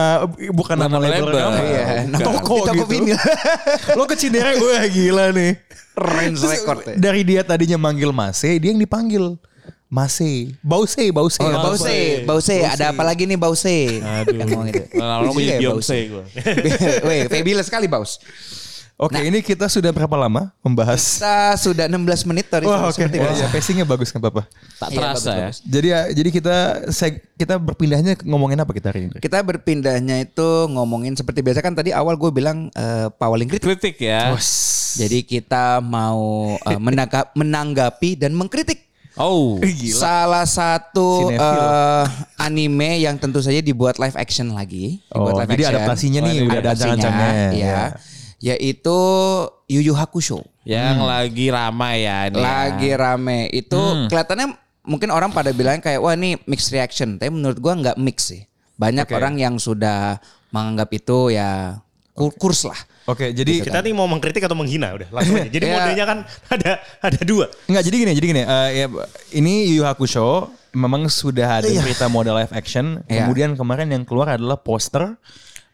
Speaker 2: bukan nama, label.
Speaker 3: label.
Speaker 2: nama.
Speaker 4: Iya, nama
Speaker 2: toko,
Speaker 4: di toko
Speaker 2: gitu.
Speaker 4: vinyl.
Speaker 2: Lo ke Cinere gue gila nih.
Speaker 4: Rans
Speaker 2: Terus,
Speaker 4: Record ya.
Speaker 2: Dari dia tadinya manggil Mase, dia yang dipanggil Mase. Bause, Bause.
Speaker 4: Oh, Bause, Bause, ada apa lagi nih Bause? Aduh. Yang ngomong gitu.
Speaker 3: Lama-lama gue Nah,
Speaker 4: Iya,
Speaker 3: jadi
Speaker 4: Bause.
Speaker 3: Beyonce gue.
Speaker 4: Weh, fabulous sekali Baus.
Speaker 2: Oke, ini kita sudah berapa lama membahas?
Speaker 4: Nah. Kita sudah 16 menit tadi.
Speaker 2: Wah, oke.
Speaker 4: seperti biasa.
Speaker 2: Ya, pacingnya bagus nggak apa-apa.
Speaker 3: Tak
Speaker 4: Iya,
Speaker 3: terasa ya.
Speaker 4: bagus-bagus.
Speaker 2: Jadi ya, jadi kita seg- kita berpindahnya ke- ngomongin apa kita hari ini?
Speaker 4: Kita berpindahnya itu ngomongin seperti biasa kan tadi awal gue bilang eh, Pawaling kritik.
Speaker 3: Kritik ya.
Speaker 4: Jadi kita mau eh, menangga- menanggapi dan mengkritik
Speaker 3: Oh.
Speaker 4: salah satu
Speaker 2: Sinetron.
Speaker 4: eh, anime yang tentu saja dibuat live action lagi. Dibuat
Speaker 2: Oh,
Speaker 4: live
Speaker 2: jadi adaptasinya nih udah ada Iya.
Speaker 4: Adaptasinya,
Speaker 2: ancang-ancangnya.
Speaker 4: Ya, yaitu Yu Yu Hakusho.
Speaker 3: Yang lagi ramai ya
Speaker 2: Iya.
Speaker 3: ini. ya.
Speaker 4: Hmm. lagi rame itu
Speaker 2: Hmm.
Speaker 4: kelihatannya mungkin orang pada bilang kayak wah ini mixed reaction tapi menurut gua nggak mix sih banyak orang yang sudah menganggap itu ya kur- kurs lah
Speaker 2: Oke, jadi
Speaker 5: Kita nih mau mengkritik atau menghina udah langsung aja. Jadi
Speaker 4: Ya.
Speaker 5: modenya kan ada ada dua.
Speaker 2: Enggak jadi gini, jadi gini. Eh, ya, ini Yu Yu Hakusho memang sudah ada cerita model live action.
Speaker 4: Iya.
Speaker 2: Kemudian kemarin yang keluar adalah poster.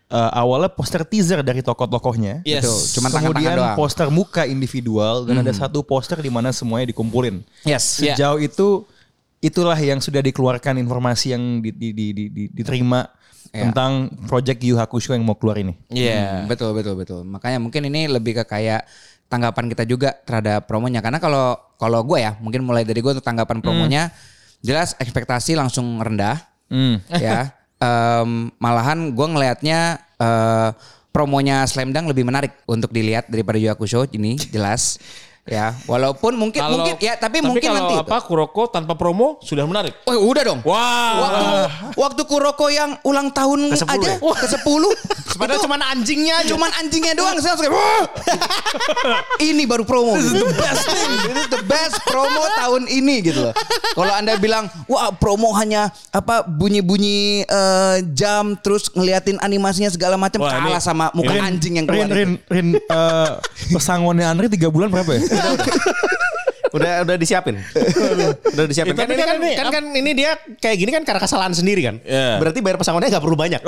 Speaker 2: Eh, awalnya poster teaser dari tokoh-tokohnya.
Speaker 3: Yes.
Speaker 4: Betul, cuman tangan-tangan
Speaker 2: Kemudian
Speaker 4: doang
Speaker 2: poster muka individual dan ada satu poster di mana semuanya dikumpulin.
Speaker 4: yes
Speaker 3: Iya.
Speaker 2: Sejauh itu itulah yang sudah dikeluarkan informasi yang di- di- di- di- di- diterima tentang project Yu Hakusho yang mau keluar ini.
Speaker 3: Iya.
Speaker 4: Hmm, betul betul betul makanya mungkin ini lebih ke kayak tanggapan kita juga terhadap promonya karena kalau kalau gue ya mungkin mulai dari gue untuk tanggapan promonya
Speaker 3: Hmm.
Speaker 4: jelas ekspektasi langsung rendah
Speaker 2: Hmm.
Speaker 4: ya. Em, malahan gue ngelihatnya eh, promonya Slam Dunk lebih menarik untuk dilihat daripada Yu Hakusho ini jelas. Ya, walaupun mungkin
Speaker 3: Kalau-
Speaker 4: mungkin ya tapi, mungkin
Speaker 3: kalau
Speaker 4: nanti.
Speaker 3: apa Kuroko tanpa promo sudah menarik.
Speaker 4: Oh, udah dong.
Speaker 3: Wah.
Speaker 4: Waktu, waktu Kuroko yang ulang tahun aja ke 10
Speaker 1: Padahal cuman anjingnya aja.
Speaker 4: cuman anjingnya doang saya langsung kayak, "Wah!" ini baru promo This is the best thing This is the best promo tahun ini gitu loh kalau anda bilang wah promo hanya apa bunyi-bunyi eh, jam terus ngeliatin animasinya segala macam
Speaker 3: Wah, ini-
Speaker 4: kalah sama muka
Speaker 2: Rin,
Speaker 4: anjing yang keluar
Speaker 2: Rin, Rin,
Speaker 4: itu.
Speaker 2: Rin, eh, pesangonnya Andri 3 bulan berapa ya?
Speaker 1: udah udah disiapin udah disiapin kan
Speaker 3: Ya, tapi
Speaker 1: ini
Speaker 3: kan
Speaker 1: kan,
Speaker 3: ini
Speaker 1: kan, kan ini dia kayak gini kan karena kesalahan sendiri kan
Speaker 3: Iya.
Speaker 1: berarti bayar pesangonnya nggak perlu banyak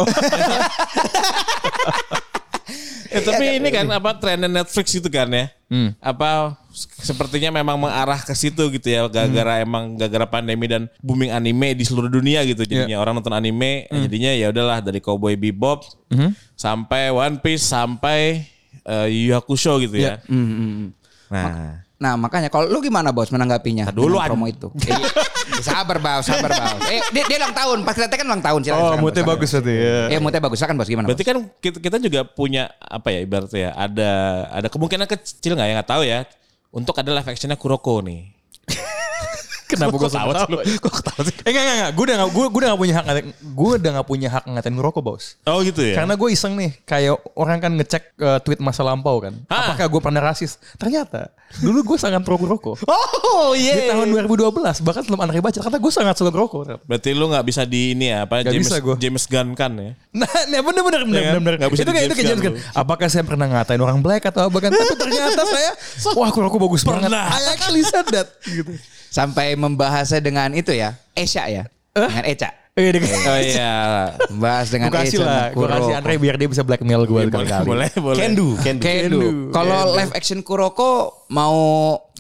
Speaker 3: Eh, tapi ini kan apa trennya Netflix itu kan ya. Apa sepertinya memang mengarah ke situ gitu ya gara-gara emang gara-gara pandemi dan booming anime di seluruh dunia gitu jadinya orang nonton anime eh, jadinya ya udahlah dari Cowboy Bebop sampai One Piece sampai eh, Yu Yu Hakusho gitu ya.
Speaker 4: Iya.
Speaker 3: Nah,
Speaker 4: Hmm, nah makanya kalau lu gimana bos menanggapinya
Speaker 3: duluan.
Speaker 4: dengan promo itu Eh, iya. sabar bos sabar bos eh, dia, dia ulang tahun pas kita kan ulang tahun silakan,
Speaker 2: Oh,
Speaker 4: silakan,
Speaker 2: moodnya
Speaker 4: Bos,
Speaker 2: bagus
Speaker 4: silakan.
Speaker 2: berarti ya.
Speaker 4: Iya, moodnya bagus silakan bos gimana
Speaker 3: Berarti
Speaker 4: bos?
Speaker 3: kan kita, kita juga punya apa ya ibaratnya ya, ada ada kemungkinan kecil nggak ya nggak tahu ya untuk ada live actionnya Kuroko nih.
Speaker 2: Kenapa gue ketawa sih lu? Kok ketawa sih? Eh, enggak, enggak, enggak. Gue udah gak, gue, gue udah gak punya hak ngatain, gue udah gak punya hak ngatain ngerokok, bos.
Speaker 3: Oh gitu ya.
Speaker 2: Karena gue iseng nih, kayak orang kan ngecek eh, tweet masa lampau kan.
Speaker 3: Ah.
Speaker 2: Apakah gue pernah rasis? Ternyata, dulu gue sangat pro rokok.
Speaker 1: Oh
Speaker 2: Di
Speaker 1: iya.
Speaker 2: tahun 2012, bahkan sebelum anaknya baca, karena gue sangat suka ngerokok. ternyata.
Speaker 3: Berarti lu gak bisa di ini ya, apa
Speaker 2: Nggak
Speaker 3: James,
Speaker 2: bisa gua.
Speaker 3: James Gunn kan ya.
Speaker 2: Nah, nah bener bener bener
Speaker 3: kan?
Speaker 2: bener, bener.
Speaker 3: Nggak bisa
Speaker 2: itu kayak itu kayak
Speaker 3: di-James
Speaker 2: James Gunn.
Speaker 3: Gunn
Speaker 2: Apakah saya pernah ngatain orang black atau apa kan? Tapi ternyata saya, wah aku rokok bagus banget.
Speaker 3: Pernah.
Speaker 2: I actually said that. Gitu.
Speaker 4: Sampai membahasnya dengan itu ya. Esya ya. Dengan Eca.
Speaker 2: Eh, dengan,
Speaker 3: Oh iya.
Speaker 4: Membahas dengan
Speaker 2: gue kasih
Speaker 4: Eca.
Speaker 2: lah, gue kasih Andre biar dia bisa blackmail gue
Speaker 3: Iya, boleh,
Speaker 2: kali-kali.
Speaker 3: boleh, boleh.
Speaker 1: Kendu, kendu.
Speaker 4: Kendu.
Speaker 2: Kendu.
Speaker 4: Kalau live action Kuroko mau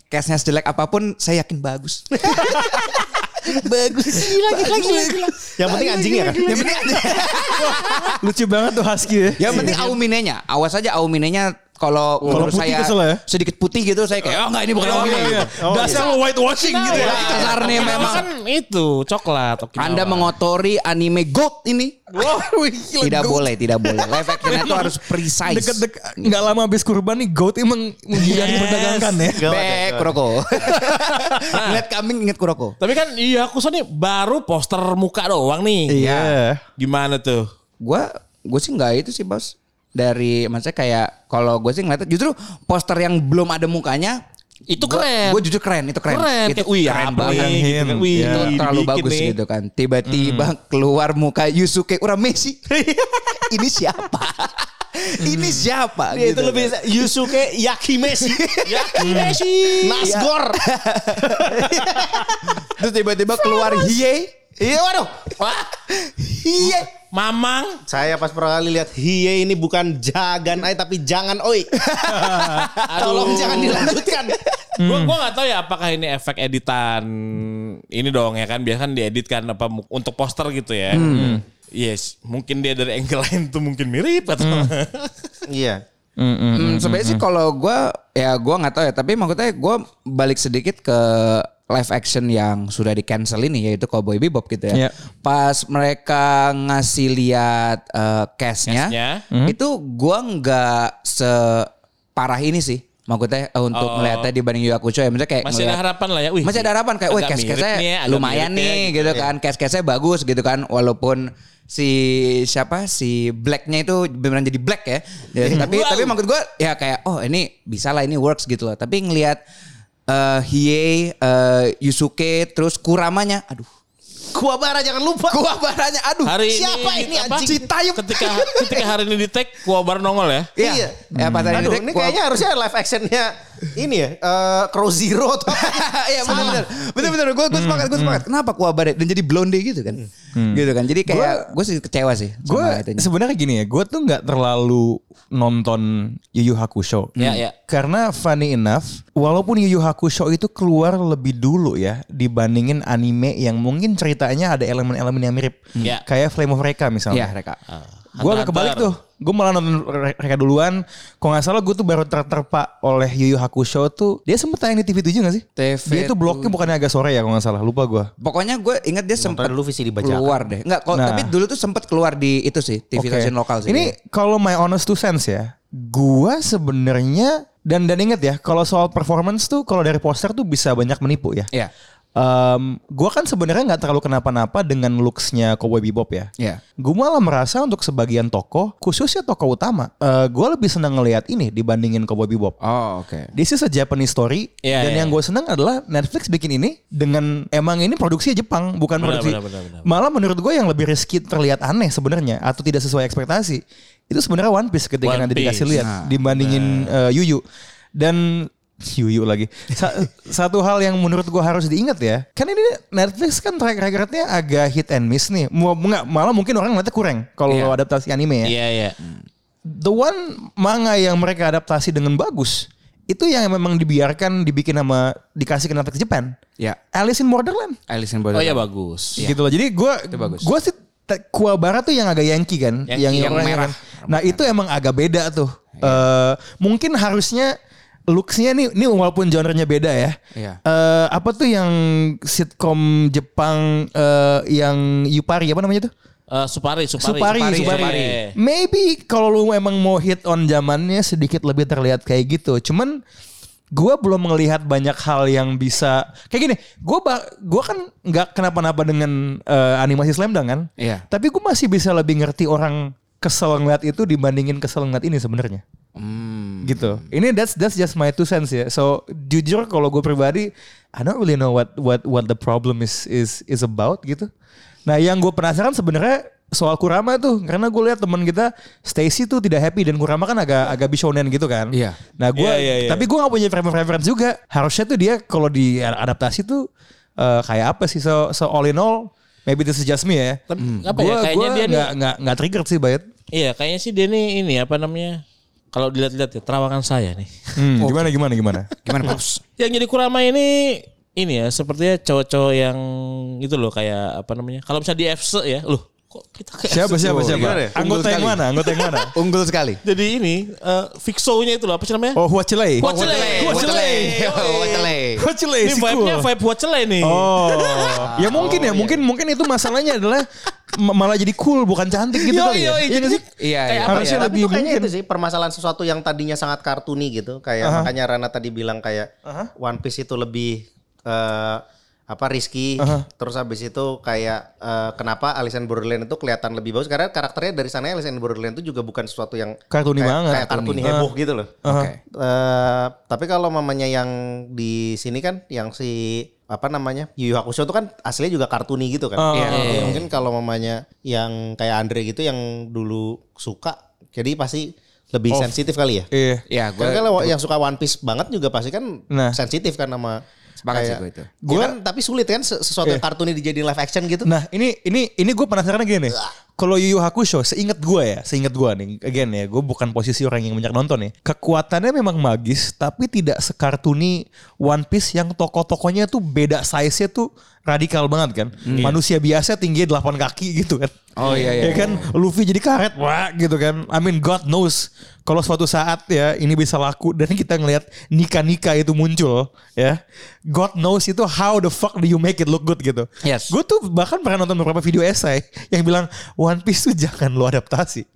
Speaker 4: cashnya jelek apapun saya yakin bagus. bagus. lagi, lagi,
Speaker 1: Yang penting anjingnya kan.
Speaker 4: Yang penting
Speaker 2: Lucu banget tuh Husky ya.
Speaker 4: Yang penting auminenya. Awas aja auminenya kalau menurut
Speaker 2: putih
Speaker 4: saya
Speaker 2: kesel ya?
Speaker 4: sedikit putih gitu saya kayak oh enggak ini bukan aumine. gitu.
Speaker 2: Dasar lo whitewashing gitu
Speaker 4: Ya, kasarnya memang
Speaker 3: kan itu coklat. Okinawa.
Speaker 4: Anda mengotori anime gold ini. tidak boleh, tidak boleh. Live actionnya itu harus precise.
Speaker 2: Deket-dek nggak lama habis kurban nih Goat emang menghindari
Speaker 3: Yes.
Speaker 2: perdagangan ya.
Speaker 4: Bek Kuroko. Nah. Lihat kambing inget Kuroko.
Speaker 3: Tapi kan iya aku soalnya baru poster muka doang nih.
Speaker 4: Iya.
Speaker 3: Gimana tuh?
Speaker 4: Gua gue sih nggak itu sih bos. Dari maksudnya kayak kalau gue sih ngeliatnya justru poster yang belum ada mukanya
Speaker 3: Itu keren.
Speaker 4: Gue jujur keren, itu keren.
Speaker 3: Keren.
Speaker 4: itu
Speaker 3: Kayak, wih,
Speaker 4: keren
Speaker 3: apa
Speaker 4: banget.
Speaker 3: nih, gitu kan.
Speaker 2: Hint.
Speaker 3: Wih,
Speaker 4: itu terlalu
Speaker 3: dibikin
Speaker 4: bagus
Speaker 3: nih.
Speaker 4: gitu kan. Tiba-tiba keluar muka Yusuke Urameshi. Ini siapa? Ini siapa?
Speaker 1: Dia itu
Speaker 4: Gitu
Speaker 1: lebih
Speaker 4: kan.
Speaker 1: Yusuke Yakimeshi. Yakimeshi. Nasgor.
Speaker 4: Iya. Terus tiba-tiba keluar Hiei.
Speaker 1: Iya waduh.
Speaker 4: Hiei.
Speaker 3: Mamang.
Speaker 1: Saya pas pertama kali lihat Hiye ini bukan jagan ai tapi jangan oi. Tolong jangan dilanjutkan.
Speaker 3: Gue gua gak tahu ya apakah ini efek editan ini dong ya kan biasa kan diedit kan apa mu- untuk poster gitu ya. Yes, mungkin dia dari angle lain tuh mungkin mirip atau
Speaker 1: Iya.
Speaker 4: Hmm, sebenarnya sih kalau gue ya gue nggak tahu ya tapi maksudnya gue balik sedikit ke live action yang sudah di cancel ini yaitu Cowboy Bebop gitu ya.
Speaker 2: Iya.
Speaker 4: Pas mereka ngasih lihat eh, cashnya,
Speaker 3: Cashnya.
Speaker 4: itu gue nggak separah ini sih. Maksudnya eh, untuk
Speaker 3: Oh.
Speaker 4: melihatnya dibanding Yu Hakusho ya maksudnya kayak
Speaker 3: masih ada
Speaker 4: ngelihat-
Speaker 3: harapan lah ya. Wih,
Speaker 4: masih ada harapan kayak wah
Speaker 3: agak
Speaker 4: cash
Speaker 3: mirip
Speaker 4: cashnya
Speaker 3: nih ya, agak
Speaker 4: lumayan
Speaker 3: mirip ya,
Speaker 4: nih gitu kan cash cashnya bagus gitu kan walaupun si siapa si blacknya itu beneran jadi black ya, Ya, tapi tapi maksud gue ya kayak oh ini bisa lah ini works gitu loh tapi ngelihat eh Hiei eh, Yusuke terus Kuramanya aduh
Speaker 1: Kuwabara jangan lupa.
Speaker 4: Kuwabaranya aduh
Speaker 3: Hari
Speaker 1: Siapa ini
Speaker 3: ini, apa?
Speaker 1: anjing?
Speaker 4: Citayam.
Speaker 3: Ketika ketika hari ini di tag, gua baru nongol ya.
Speaker 4: Iya.
Speaker 1: Iya.
Speaker 4: Ya, pas hari
Speaker 1: Aduh,
Speaker 4: Dek,
Speaker 1: ini
Speaker 4: gua-
Speaker 1: kayaknya harusnya live actionnya ini ya, eh Crow Zero atau apa.
Speaker 4: Iya benar benar benar gue gue sepakat gue sepakat kenapa Kuwabara dan jadi blonde gitu kan gitu kan jadi kayak gue sih kecewa sih
Speaker 2: Gue
Speaker 4: sama itunya.
Speaker 2: sebenarnya gini ya, gue tuh nggak terlalu nonton Yu Yu Hakusho.
Speaker 3: Iya,
Speaker 2: Hmm.
Speaker 3: iya.
Speaker 2: Karena funny enough, walaupun Yu Yu Hakusho itu keluar lebih dulu ya dibandingin anime yang mungkin ceritanya ada elemen-elemen yang mirip.
Speaker 3: Iya.
Speaker 2: Kayak Flame of Reka misalnya.
Speaker 4: Iya mereka.
Speaker 2: Gue agak kebalik tuh. Gue malah nonton re- mereka duluan. Kalau nggak salah gue tuh baru ter- terpa oleh Yu Yu Hakusho tuh. Dia sempet tayang di TV7 gak sih?
Speaker 4: TV
Speaker 2: Dia tuh bloknya bukannya agak sore ya kalau nggak salah. Lupa gue.
Speaker 4: Pokoknya gue inget dia sempat
Speaker 5: dulu visi dibacakan.
Speaker 4: keluar deh. Enggak, kalau
Speaker 2: Nah.
Speaker 4: tapi dulu tuh sempat keluar di itu sih TV
Speaker 2: Oke.
Speaker 4: stasiun lokal sih.
Speaker 2: Ini kalau my honest two sense ya, gua sebenarnya dan dan inget ya, kalau soal performance tuh kalau dari poster tuh bisa banyak menipu ya.
Speaker 4: ya.
Speaker 5: Iya.
Speaker 2: Em, gua kan sebenarnya nggak terlalu kenapa-napa dengan looksnya Cowboy Bebop ya.
Speaker 4: Iya.
Speaker 2: Gue malah merasa untuk sebagian tokoh, khususnya tokoh utama, eh, gua gue lebih senang ngelihat ini dibandingin Cowboy Bebop.
Speaker 4: Oh, oke.
Speaker 2: This is a Japanese story
Speaker 3: Iya,
Speaker 2: dan
Speaker 3: iya,
Speaker 2: yang gue seneng adalah Netflix bikin ini dengan emang ini produksinya Jepang bukan
Speaker 3: Benar,
Speaker 2: produksi.
Speaker 3: benar, benar, benar.
Speaker 2: Malah menurut gue yang lebih risky terlihat aneh sebenarnya atau tidak sesuai ekspektasi itu sebenarnya One Piece ketika
Speaker 3: One
Speaker 2: nanti
Speaker 3: Piece.
Speaker 2: dikasih lihat dibandingin eh, Yuyu dan Yuyu lagi. Sa- satu hal yang menurut gue harus diingat ya, kan ini Netflix kan track recordnya agak hit and miss nih. Mu- nggak- malah mungkin orang ngeliatnya kurang kalau
Speaker 4: Iya.
Speaker 2: adaptasi anime ya
Speaker 3: Iya, iya.
Speaker 2: the one manga yang mereka adaptasi dengan bagus itu yang memang dibiarkan dibikin sama dikasih ke Netflix Japan.
Speaker 4: Ya.
Speaker 2: Alice in Borderland.
Speaker 4: Alice in
Speaker 3: Oh iya
Speaker 4: Borderland.
Speaker 3: bagus.
Speaker 2: Gitu loh. Jadi gua
Speaker 4: bagus.
Speaker 2: gua sih te- Kuwabara tuh yang agak Yankee kan,
Speaker 3: Yankee, yang
Speaker 2: orangnya
Speaker 4: merah. Iya.
Speaker 2: kan. Nah, itu emang agak beda tuh. Eh mungkin harusnya looksnya nih ini walaupun genre-nya beda ya.
Speaker 4: Iya.
Speaker 2: Eh, apa tuh yang sitkom Jepang eh, yang Yupari apa namanya tuh?
Speaker 3: Eh, Supari, Supari.
Speaker 2: Supari, Supari.
Speaker 3: Supari.
Speaker 2: Maybe kalau lu emang mau hit on zamannya sedikit lebih terlihat kayak gitu. Cuman gue belum melihat banyak hal yang bisa kayak gini gue gua kan nggak kenapa-napa dengan eh, animasi slam dunk kan
Speaker 4: Iya.
Speaker 2: tapi gue masih bisa lebih ngerti orang kesel ngeliat itu dibandingin kesel ngeliat ini sebenarnya
Speaker 4: Hmm.
Speaker 2: gitu
Speaker 3: Hmm.
Speaker 2: ini that's that's just my two cents ya so jujur kalau gue pribadi I don't really know what what what the problem is is is about gitu nah yang gue penasaran sebenarnya soal Kurama tuh karena gue lihat teman kita Stacy tuh tidak happy dan Kurama kan agak agak bisonen gitu kan
Speaker 4: Iya.
Speaker 2: Nah gue,
Speaker 3: Iya, iya, iya.
Speaker 2: tapi gue gak punya frame of reference juga. Harusnya tuh dia kalau di adaptasi tuh eh, kayak apa sih? So, so all in all, maybe this is just me ya.
Speaker 3: Tapi apa
Speaker 2: Gue
Speaker 3: ya kayaknya dia nih,
Speaker 2: nggak nggak nggak triggered sih Bayet.
Speaker 3: iya kayaknya sih dia nih ini apa namanya kalau dilihat-lihat ya terawangan saya nih.
Speaker 2: Hmm, Gimana gimana gimana?
Speaker 4: Gimana Pops?
Speaker 3: Yang jadi kurama ini ini ya sepertinya cowok-cowok yang itu loh kayak apa namanya? Kalau misalnya di FC ya, loh kok kita kayak
Speaker 2: siapa siapa siapa?
Speaker 4: Gimana ya? Unggul
Speaker 2: Anggota yang
Speaker 4: sekali.
Speaker 2: mana? Anggota yang mana?
Speaker 4: Unggul sekali.
Speaker 3: jadi ini eh fixo-nya itu loh apa sih namanya?
Speaker 2: Oh Huachelei.
Speaker 3: Huachelei. Huachelei.
Speaker 4: Wacele.
Speaker 2: Huachelei.
Speaker 3: Ini
Speaker 2: si
Speaker 3: vibe-nya
Speaker 2: cool.
Speaker 3: vibe Huachelei nih.
Speaker 2: iya, Oh, ya mungkin
Speaker 4: Oh,
Speaker 2: ya,
Speaker 4: iya.
Speaker 2: mungkin mungkin itu masalahnya adalah ma- malah jadi cool bukan cantik gitu kali ya. Iya nggak sih?
Speaker 4: Iya,
Speaker 3: Kayak
Speaker 4: iya.
Speaker 3: apa
Speaker 2: Harusnya
Speaker 3: ya?
Speaker 1: Tapi
Speaker 2: lebih
Speaker 1: itu kayaknya
Speaker 2: mungkin.
Speaker 1: itu sih permasalahan sesuatu yang tadinya sangat kartuni gitu. Kayak makanya Rana tadi bilang kayak One Piece itu lebih eh, apa risky. Terus habis itu kayak eh, kenapa Alice in Borderland itu kelihatan lebih bagus karena karakternya dari sana Alice in Borderland itu juga bukan sesuatu yang
Speaker 2: Kartuni
Speaker 1: kayak,
Speaker 2: banget,
Speaker 1: kayak kartuni,
Speaker 2: kartuni.
Speaker 1: heboh gitu loh.
Speaker 4: Oke.
Speaker 1: Eh, tapi kalau mamanya yang di sini kan yang si apa namanya Yu Yu Hakusho itu kan aslinya juga kartuni gitu kan. Iya. Ya, mungkin kalau mamanya yang kayak Andre gitu yang dulu suka jadi pasti lebih sensitif kali ya.
Speaker 2: Iya.
Speaker 4: Iya, gue
Speaker 1: Karena kalau yang suka One Piece banget juga pasti kan
Speaker 2: Nah.
Speaker 1: sensitif kan sama
Speaker 4: sepakat sih
Speaker 1: kayak-
Speaker 4: gue itu.
Speaker 1: Ya kan, tapi sulit kan se- sesuatu yang kartuni dijadiin live action gitu.
Speaker 2: Nah ini ini ini gue penasaran gini nih. Kalau Yu Yu Hakusho, seingat gue ya, seingat gue nih, again ya, gue bukan posisi orang yang banyak nonton nih. Kekuatannya memang magis, tapi tidak sekartuni One Piece yang tokoh-tokohnya tuh beda size-nya tuh radikal banget kan.
Speaker 4: Hmm.
Speaker 2: Manusia biasa tingginya 8 kaki gitu kan.
Speaker 4: Oh, iya, iya,
Speaker 2: Ya kan, Luffy jadi karet, wah gitu kan. I mean God knows kalau suatu saat ya ini bisa laku dan kita ngelihat Nika-Nika itu muncul ya. God knows itu how the fuck do you make it look good gitu.
Speaker 4: Yes.
Speaker 2: Gue tuh bahkan pernah nonton beberapa video esai yang bilang One Piece tuh jangan lo adaptasi.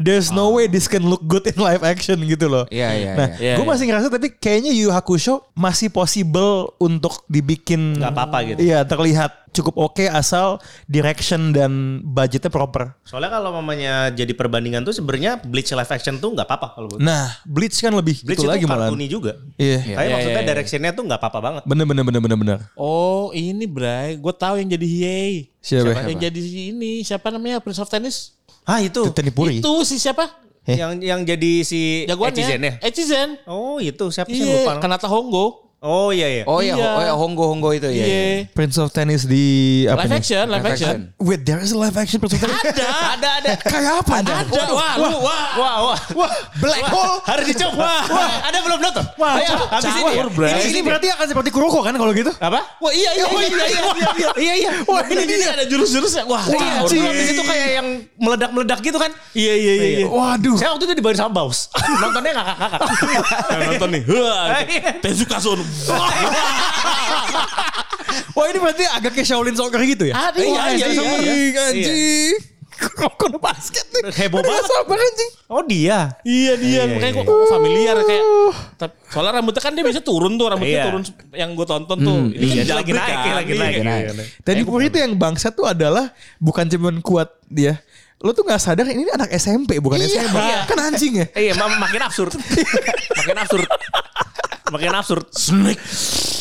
Speaker 2: There's no way this can look good in live action gitu loh.
Speaker 4: Ah. Iya, iya,
Speaker 2: Nah,
Speaker 4: iya.
Speaker 2: gue
Speaker 3: Iya,
Speaker 2: masih ngerasa tapi kayaknya Yu Yu Hakusho masih possible untuk dibikin
Speaker 5: Nggak apa-apa gitu.
Speaker 2: Iya, terlihat cukup oke asal direction dan budgetnya proper.
Speaker 5: Soalnya kalau mamanya jadi perbandingan tuh sebenarnya Bleach live action tuh nggak apa-apa kalau buat.
Speaker 2: Nah, Bleach kan lebih
Speaker 5: Bleach
Speaker 2: gitu
Speaker 5: itu
Speaker 2: lagi malah.
Speaker 5: kartuni juga.
Speaker 2: Iya.
Speaker 5: Tapi
Speaker 3: Iya,
Speaker 5: maksudnya
Speaker 3: iya, iya.
Speaker 5: directionnya tuh nggak apa-apa banget.
Speaker 2: Bener bener bener bener bener.
Speaker 3: Oh ini Bray, gue tahu yang jadi Hiei.
Speaker 2: Siapa?
Speaker 3: Yang jadi ini siapa namanya Prince of Tennis?
Speaker 5: Ah itu
Speaker 2: Tenipuri.
Speaker 3: Itu si siapa?
Speaker 1: Eh.
Speaker 5: yang yang jadi si
Speaker 3: Jagoannya?
Speaker 5: Echizen ya.
Speaker 3: Echizen.
Speaker 5: Oh itu siapa sih
Speaker 3: Iya,
Speaker 5: lupa.
Speaker 3: Kanata Hongo.
Speaker 5: Oh iya iya.
Speaker 4: Oh iya,
Speaker 3: Iya.
Speaker 4: oh, iya, Honggo-Honggo itu ya. iya.
Speaker 3: Iya.
Speaker 2: Prince of Tennis di apa
Speaker 3: Live
Speaker 2: nih?
Speaker 3: action, live action.
Speaker 2: Wait, there is a live action Prince of Tennis.
Speaker 3: Ada, ada, ada.
Speaker 2: Kayak apa? Anda?
Speaker 3: Ada. Wah, lu, wah.
Speaker 5: Wah wah wah.
Speaker 4: Black hole.
Speaker 5: Harus dicoba. Wah, ada belum nonton?
Speaker 2: Wah,
Speaker 5: Ayo,
Speaker 2: cowok-
Speaker 5: habis ini.
Speaker 2: cowok, bro.
Speaker 5: Ini, Oh,
Speaker 2: Ini,
Speaker 5: ini berarti
Speaker 2: berarti akan seperti Kuroko kan kalau gitu?
Speaker 5: apa?
Speaker 3: Wah, iya, iya, iya, iya, iya, iya, iya, iya, iya.
Speaker 2: Wah, ini dia.
Speaker 3: ada jurus-jurusnya. Wah,
Speaker 5: Iya,
Speaker 3: wah,
Speaker 5: dulu habis itu kayak yang meledak-meledak gitu kan.
Speaker 3: iya, iya, iya, iya.
Speaker 2: Waduh.
Speaker 5: Saya waktu itu dibayar sama Baus. Nontonnya Iya. kakak-kakak.
Speaker 3: Yang nonton nih. Hua, gitu. Tezuka Son. iya,
Speaker 2: Wah ini berarti agak kayak Shaolin Soccer gitu ya?
Speaker 3: Ada, iya,
Speaker 2: Wah,
Speaker 3: iya,
Speaker 2: anjing,
Speaker 3: iya.
Speaker 2: Anjing. Kuroko no basket nih.
Speaker 5: Heboh
Speaker 2: Udah
Speaker 5: banget.
Speaker 2: Sabar anjing.
Speaker 5: Oh dia.
Speaker 3: Iya, dia. Makanya kok familiar kayak. tap- Soalnya rambutnya kan dia biasa turun tuh, rambutnya
Speaker 5: Iya.
Speaker 3: turun yang gue tonton tuh. Ini kan
Speaker 5: Iya,
Speaker 3: jabrik
Speaker 5: lagi naik,
Speaker 3: kan.
Speaker 5: lagi
Speaker 3: Iya.
Speaker 5: naik.
Speaker 2: Dan Puri itu yang bangsa tuh adalah bukan cuman kuat dia. Lo tuh gak sadar ini anak SMP bukan
Speaker 3: Iya.
Speaker 2: SMA. Kan anjing ya?
Speaker 5: Iya, mak- makin absurd. makin absurd. Makin absurd.
Speaker 3: Snake.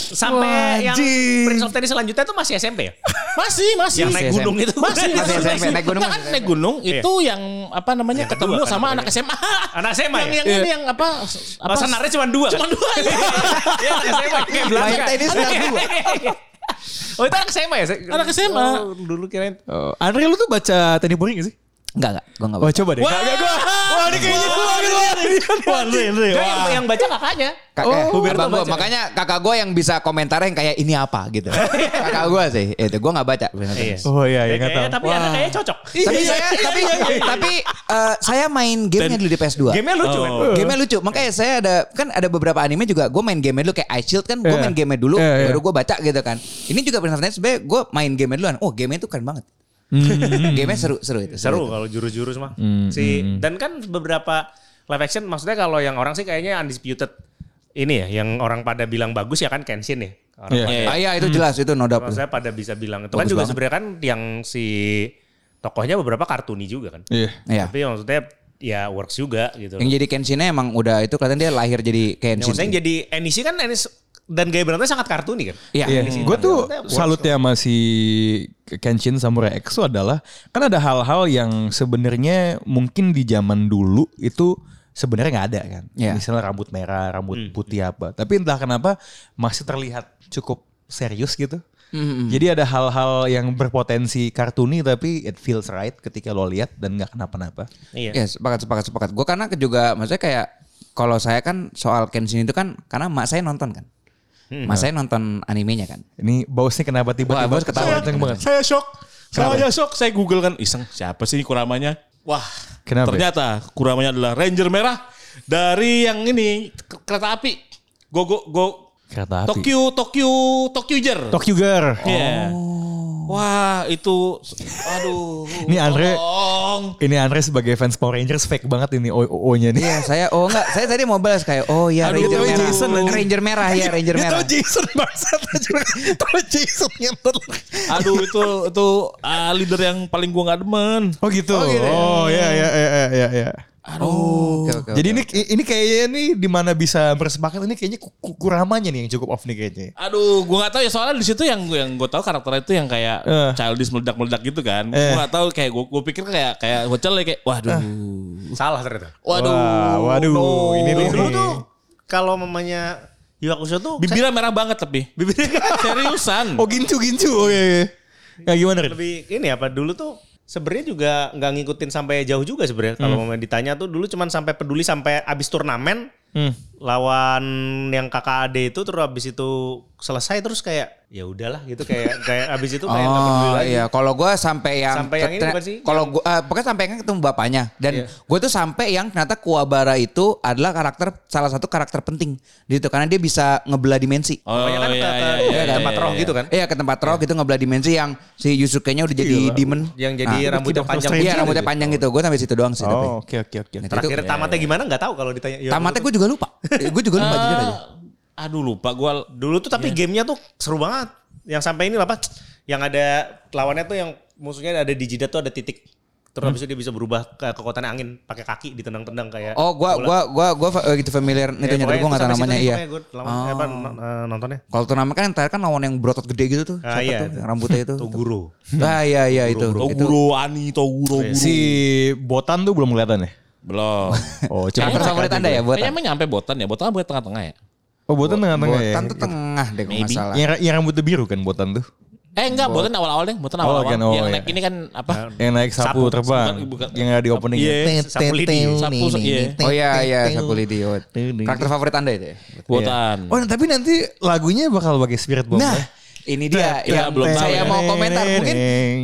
Speaker 5: Sampai
Speaker 2: Wah,
Speaker 5: yang
Speaker 2: anjing.
Speaker 5: Prince of Tennis selanjutnya tuh masih SMP ya?
Speaker 3: Masih, masih.
Speaker 5: Yang naik
Speaker 4: Masih
Speaker 5: gunung itu. Iya.
Speaker 3: Masih,
Speaker 4: Masih
Speaker 3: masih,
Speaker 4: SMP, naik gunung
Speaker 3: Nah, kan
Speaker 4: masih
Speaker 3: naik gunung itu yang apa namanya
Speaker 5: Yang
Speaker 3: ketemu
Speaker 5: kedua kan
Speaker 3: sama
Speaker 5: namanya.
Speaker 3: anak SMA.
Speaker 5: Anak SMA
Speaker 3: yang
Speaker 5: ya?
Speaker 3: yang ini yang apa? s- apa
Speaker 5: Apa senarnya cuma dua
Speaker 3: Cuma
Speaker 5: kan?
Speaker 3: dua.
Speaker 5: Iya, anak SMA. Kayak belakang.
Speaker 4: Main tenis senar dua.
Speaker 5: Oh itu anak SMA ya?
Speaker 3: Anak SMA.
Speaker 5: Oh, dulu kirain.
Speaker 2: Eh, Andre lu tuh baca Tenny Puri gak sih?
Speaker 4: Enggak, enggak. Gue enggak
Speaker 2: Wah coba deh.
Speaker 3: Wah, wah, ini kayaknya gua gitu.
Speaker 2: Wah, lu, lu.
Speaker 5: Enggak, yang, yang baca kakaknya.
Speaker 4: Kakak,
Speaker 5: Oh, Huberto
Speaker 4: abang gua.
Speaker 5: baca.
Speaker 4: makanya kakak gue yang bisa komentar yang kayak ini apa gitu. kakak gue sih, itu gue nggak baca.
Speaker 5: Iya.
Speaker 2: Oh iya, iya gak
Speaker 5: Ya, kayaknya,
Speaker 2: tau.
Speaker 5: tapi anak kayaknya cocok.
Speaker 4: Tapi saya, tapi
Speaker 5: iya,
Speaker 4: tapi eh, saya main gamenya dulu di PS 2
Speaker 5: Gamenya lucu kan?
Speaker 4: Gamenya lucu, makanya saya ada kan ada beberapa anime juga. Gue main gamenya dulu kayak Ice Shield kan, gue
Speaker 2: Iya.
Speaker 4: main gamenya dulu,
Speaker 2: Iya, iya.
Speaker 4: baru gue baca gitu kan. Ini juga benar-benar sebenarnya gue main gamenya duluan. Oh gamenya tuh keren banget. gamenya seru, seru itu.
Speaker 5: Hmm. Seru
Speaker 4: itu.
Speaker 5: kalau jurus-jurus mah. Si dan kan beberapa live action maksudnya kalau yang orang sih kayaknya undisputed ini ya yang orang pada bilang bagus ya kan Kenshin ya. Orang
Speaker 2: Iya.
Speaker 5: pada-
Speaker 4: Ah, iya itu jelas itu no doubt.
Speaker 5: Maksudnya pada bisa bilang itu kan juga sebenarnya kan yang si tokohnya beberapa kartuni juga kan.
Speaker 2: Iya.
Speaker 4: Iya.
Speaker 5: Tapi maksudnya ya works juga gitu.
Speaker 4: Yang jadi Kenshinnya emang udah itu kelihatan dia lahir jadi
Speaker 5: Yang
Speaker 4: Kenshin.
Speaker 5: maksudnya yang jadi Enishi kan Enish dan gaya berantemnya sangat kartuni kan.
Speaker 4: Iya.
Speaker 2: Iya, gue tuh salutnya sama si Kenshin Samurai X adalah kan ada hal-hal yang sebenarnya mungkin di zaman dulu itu sebenarnya nggak ada kan.
Speaker 4: Iya.
Speaker 2: Misalnya rambut merah, rambut
Speaker 4: Hmm.
Speaker 2: putih apa. Tapi entah kenapa masih terlihat cukup serius gitu.
Speaker 4: Hmm.
Speaker 2: Jadi ada hal-hal yang berpotensi kartuni tapi it feels right ketika lo lihat dan nggak kenapa-napa.
Speaker 5: Iya.
Speaker 4: Iya, sepakat sepakat sepakat. Gue karena juga maksudnya kayak kalau saya kan soal Kenshin itu kan karena mak saya nonton kan.
Speaker 5: Hmm.
Speaker 4: Mak saya nonton animenya kan.
Speaker 2: Ini bausnya kenapa tiba-tiba
Speaker 4: Wah, baus
Speaker 2: Saya
Speaker 4: ketawa.
Speaker 2: kenceng banget.
Speaker 3: Saya shock. Saya shock. Saya Google kan iseng siapa sih ini kuramanya? Wah,
Speaker 2: Kenapa?
Speaker 3: Ternyata kuramanya adalah Ranger Merah dari yang ini ke- kereta api. Go go go.
Speaker 2: Kereta api.
Speaker 3: Tokyo Tokyo Tokyo Jer.
Speaker 2: Tokyo Girl.
Speaker 4: Oh.
Speaker 3: Iya.
Speaker 2: Oh.
Speaker 3: Wah, itu aduh.
Speaker 2: Ini Andre-
Speaker 3: tolong.
Speaker 2: Ini Andre sebagai fans Power Rangers fake banget ini OO-nya nih.
Speaker 4: Iya, saya oh enggak, saya tadi mau balas kayak oh iya
Speaker 2: Aduh,
Speaker 4: Ranger
Speaker 2: dia tahu
Speaker 4: merah.
Speaker 2: Jason anjing.
Speaker 4: Ranger merah ya, Ranger merah.
Speaker 2: Jason bangsat aja. Tahu Jason ngentot.
Speaker 3: Aduh itu itu ah, leader yang paling gua nggak demen.
Speaker 2: Oh gitu. Oh ya ya ya ya ya. ya.
Speaker 4: Oh, Aduh.
Speaker 2: Jadi ini ini kayaknya nih di mana bisa bersepakat ini kayaknya ku- ku- kuramanya nih yang cukup off nih kayaknya.
Speaker 3: Aduh, gua nggak tahu ya soalnya di situ yang yang gua tahu karakternya itu yang kayak
Speaker 2: Eh.
Speaker 3: childish meledak-meledak gitu kan.
Speaker 2: Eh.
Speaker 3: Gua nggak tahu kayak gua, gua pikir kayak kayak bocah lah, kayak waduh.
Speaker 5: Salah ternyata.
Speaker 3: Waduh.
Speaker 2: Wah, waduh, ini
Speaker 4: Oh.
Speaker 2: nih.
Speaker 5: Iya, Dulu tuh kalau mamanya Iwakusho tuh
Speaker 3: Bibirnya merah banget tapi.
Speaker 5: bibirnya
Speaker 3: Seriusan.
Speaker 2: Oh gincu gincu. Oke. oke. Ya gimana Rin?
Speaker 5: lebih ini apa dulu tuh sebenarnya juga nggak ngikutin sampai jauh juga sebenarnya kalau
Speaker 3: Hmm.
Speaker 5: mau ditanya tuh dulu cuman sampai peduli sampai abis turnamen
Speaker 2: Hmm.
Speaker 5: lawan yang kakak ade itu terus abis itu selesai terus kayak ya udahlah gitu kayak kayak abis itu kayak nggak peduli
Speaker 4: Oh
Speaker 5: lagi
Speaker 4: iya, kalau gue sampai yang
Speaker 5: Sampai yang ini
Speaker 4: ternyata-
Speaker 5: bukan sih? Iya.
Speaker 4: Kalau gue, pokoknya sampai yang ketemu bapaknya dan gue tuh sampai yang ternyata Kuwabara itu adalah karakter salah satu karakter penting di situ karena dia bisa ngebelah dimensi.
Speaker 3: Oh,
Speaker 2: kan
Speaker 3: iya, iya,
Speaker 5: Kebanyakan kata-
Speaker 3: iya,
Speaker 5: iya,
Speaker 3: iya,
Speaker 5: tempat
Speaker 3: iya,
Speaker 5: roh
Speaker 3: iya.
Speaker 5: gitu kan
Speaker 4: Iya ke tempat rock itu ngebelah dimensi yang si Yusuke-nya udah jadi demon.
Speaker 5: yang jadi
Speaker 4: Nah,
Speaker 5: rambutnya
Speaker 2: Doctor
Speaker 5: panjang
Speaker 2: Strange.
Speaker 4: Iya rambutnya panjang gitu. Gue sampai situ doang sih. tapi.
Speaker 2: Oh oke oke oke.
Speaker 4: Itu-
Speaker 5: terakhir tamatnya gimana nggak tahu kalau ditanya Iya,
Speaker 4: Tamatnya gue juga lupa. gue juga lupa jujur aja.
Speaker 3: Ah, Aduh lupa gua
Speaker 5: dulu tuh
Speaker 4: Iya.
Speaker 5: tapi gamenya tuh seru banget yang sampai ini apa yang ada lawannya tuh yang musuhnya ada di jidat tuh ada titik
Speaker 4: Hmm.
Speaker 5: terus habis itu dia bisa berubah ke kekuatan angin pakai kaki ditendang-tendang kayak
Speaker 4: Oh gue
Speaker 5: Eh, bola.
Speaker 4: gue gue gue gitu familiar
Speaker 5: Ya,
Speaker 4: itunya tapi
Speaker 5: pokoknya
Speaker 4: gue nggak tahu
Speaker 5: sampai situ
Speaker 4: namanya
Speaker 5: nih,
Speaker 4: iya.
Speaker 5: pokoknya Gue lawan, apa, n- eh, nontonnya
Speaker 4: Kalau turnamen kan yang terakhir kan lawan yang berotot gede gitu tuh.
Speaker 5: Ah,
Speaker 4: Siapa
Speaker 5: iya.
Speaker 4: tuh yang rambutnya itu.
Speaker 5: Toguro
Speaker 4: Ah iya iya itu. Itu
Speaker 3: Toguro Ani
Speaker 2: Oh,
Speaker 3: Toguro Guru.
Speaker 2: iya. Si Botan tuh belum kelihatan ya?
Speaker 3: Belum.
Speaker 2: Oh,
Speaker 4: karakter
Speaker 2: coba.
Speaker 4: favorit anda ya buat
Speaker 3: Kayaknya emang nyampe botan ya. Botan buat tengah-tengah ya?
Speaker 2: Oh, Botan tengah-tengah ya.
Speaker 4: Botan tuh tengah deh kalau nggak
Speaker 3: Maybe.
Speaker 4: salah.
Speaker 2: Yang, yang rambutnya biru kan Botan tuh.
Speaker 3: Eh enggak, botan awal-awal deh. Botan
Speaker 2: Oh,
Speaker 3: awal-awal.
Speaker 2: kan, oh,
Speaker 3: yang
Speaker 2: iya.
Speaker 3: naik ini kan apa?
Speaker 2: Yang naik sapu, terbang.
Speaker 3: Bukan, bukan.
Speaker 2: yang ada di opening. ya.
Speaker 3: Iya.
Speaker 5: sapu lidi.
Speaker 3: Sapu, iya.
Speaker 4: Oh iya iya sapu lidi. oh. Karakter favorit anda itu ya?
Speaker 3: Iya. Botan.
Speaker 2: Oh, tapi nanti lagunya bakal pakai Spirit Bomb.
Speaker 4: Nah,
Speaker 2: ya?
Speaker 4: ini dia
Speaker 3: Kita
Speaker 4: yang
Speaker 3: belum tahu
Speaker 4: saya
Speaker 3: ya.
Speaker 4: mau komentar. Mungkin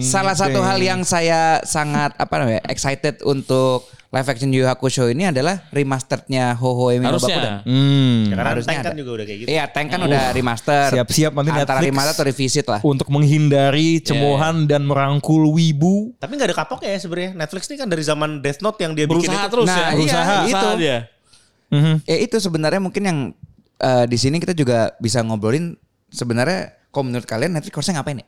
Speaker 4: salah satu hal yang saya sangat apa namanya excited untuk live action Yu Yu Hakusho ini adalah remasternya Hoho Emi no
Speaker 3: Harusnya.
Speaker 4: Bakudan.
Speaker 2: Hmm.
Speaker 5: Ya, karena
Speaker 4: Harusnya
Speaker 5: Tank kan
Speaker 4: ada.
Speaker 5: juga udah kayak gitu
Speaker 4: Iya, Tank kan udah remaster.
Speaker 2: Siap-siap nanti
Speaker 4: Antara
Speaker 2: Netflix.
Speaker 4: remaster atau revisit lah.
Speaker 2: Untuk menghindari cemoohan dan merangkul wibu.
Speaker 5: tapi nggak ada kapoknya ya sebenarnya Netflix ini kan dari zaman Death Note yang dia bikin
Speaker 3: Berusaha
Speaker 5: itu.
Speaker 3: terus
Speaker 4: Nah,
Speaker 3: ya.
Speaker 4: iya,
Speaker 3: Berusaha.
Speaker 4: itu.
Speaker 3: Berusaha dia.
Speaker 4: Ya itu sebenarnya mungkin yang eh, di sini kita juga bisa ngobrolin sebenarnya kalau menurut kalian Netflix harusnya ngapain ya?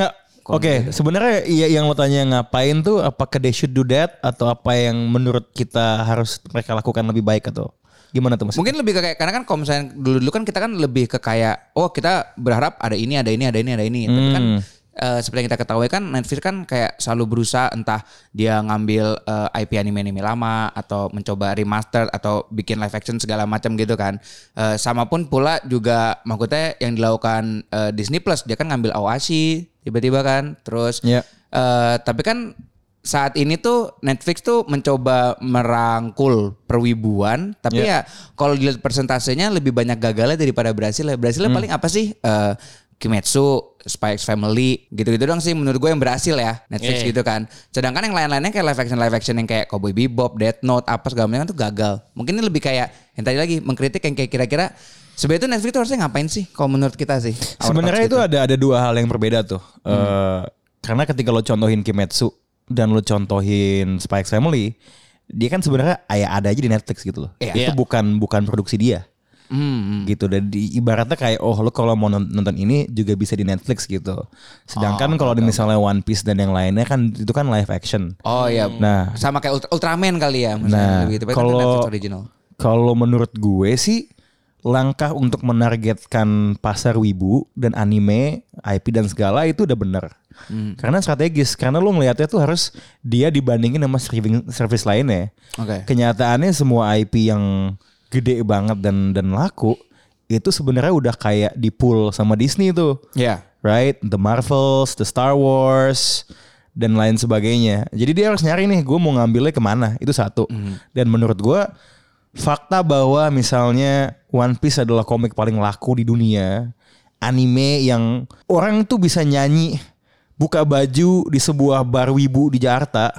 Speaker 2: Nggak. Oke, sebenarnya iya yang lo tanya ngapain tuh apakah they should do that atau apa yang menurut kita harus mereka lakukan lebih baik atau gimana tuh Mas?
Speaker 4: Mungkin lebih ke kayak karena kan kalau misalnya dulu-dulu kan kita kan lebih ke kayak oh kita berharap ada ini ada ini ada ini ada ini tapi kan eh, seperti yang kita ketahui kan Netflix kan kayak selalu berusaha entah dia ngambil eh, IP anime-anime lama atau mencoba remaster atau bikin live action segala macam gitu kan. Eh, sama pun pula juga maksudnya yang dilakukan eh, Disney Plus dia kan ngambil Awashi tiba-tiba kan terus
Speaker 2: Iya.
Speaker 4: eh tapi kan saat ini tuh Netflix tuh mencoba merangkul perwibuan, tapi
Speaker 2: Iya.
Speaker 4: ya kalau dilihat persentasenya lebih banyak gagalnya daripada berhasilnya. Berhasilnya
Speaker 2: Hmm.
Speaker 4: paling apa sih? Eh, Kimetsu, Spy X Family, gitu-gitu doang sih menurut gue yang berhasil ya
Speaker 2: Iya,
Speaker 4: Netflix gitu kan. Sedangkan yang lain-lainnya kayak live action live action yang kayak Cowboy Bebop, Death Note, apa segala macam tuh gagal. Mungkin ini lebih kayak yang tadi lagi mengkritik yang kayak kira-kira sebenarnya tuh Netflix tuh harusnya ngapain sih kalau menurut kita sih? gitu. Our
Speaker 2: Sebenarnya
Speaker 4: thoughts
Speaker 2: itu ada ada dua hal yang berbeda tuh.
Speaker 4: Hmm.
Speaker 2: Eh, karena ketika lo contohin Kimetsu dan lo contohin Spy X Family, dia kan sebenarnya ayah ada aja di Netflix gitu loh. Itu
Speaker 4: Iya.
Speaker 2: bukan bukan produksi dia.
Speaker 4: Hmm,
Speaker 2: gitu dan di, ibaratnya kayak oh lu kalau mau non- nonton ini juga bisa di Netflix gitu
Speaker 4: Oh,
Speaker 2: sedangkan kalau di misalnya One Piece dan yang lainnya kan itu kan live action
Speaker 4: Oh ya.
Speaker 2: Nah.
Speaker 4: sama kayak Ultra- Ultraman kali ya. maksudnya
Speaker 2: nah
Speaker 4: lebih tepatnya kan
Speaker 2: kalau
Speaker 4: Netflix original.
Speaker 2: kalau menurut gue sih langkah untuk menargetkan pasar wibu dan anime IP dan segala itu udah bener
Speaker 4: Hmm.
Speaker 2: karena strategis karena lu ngelihatnya tuh harus dia dibandingin sama streaming service lainnya
Speaker 4: Oke.
Speaker 2: kenyataannya semua IP yang gede banget dan dan laku itu sebenarnya udah kayak di pool sama Disney tuh.
Speaker 4: Ya.
Speaker 2: Right? The Marvels, The Star Wars dan lain sebagainya. Jadi dia harus nyari nih gue mau ngambilnya kemana itu satu. Dan menurut gue fakta bahwa misalnya One Piece adalah komik paling laku di dunia, anime yang orang tuh bisa nyanyi buka baju di sebuah bar wibu di Jakarta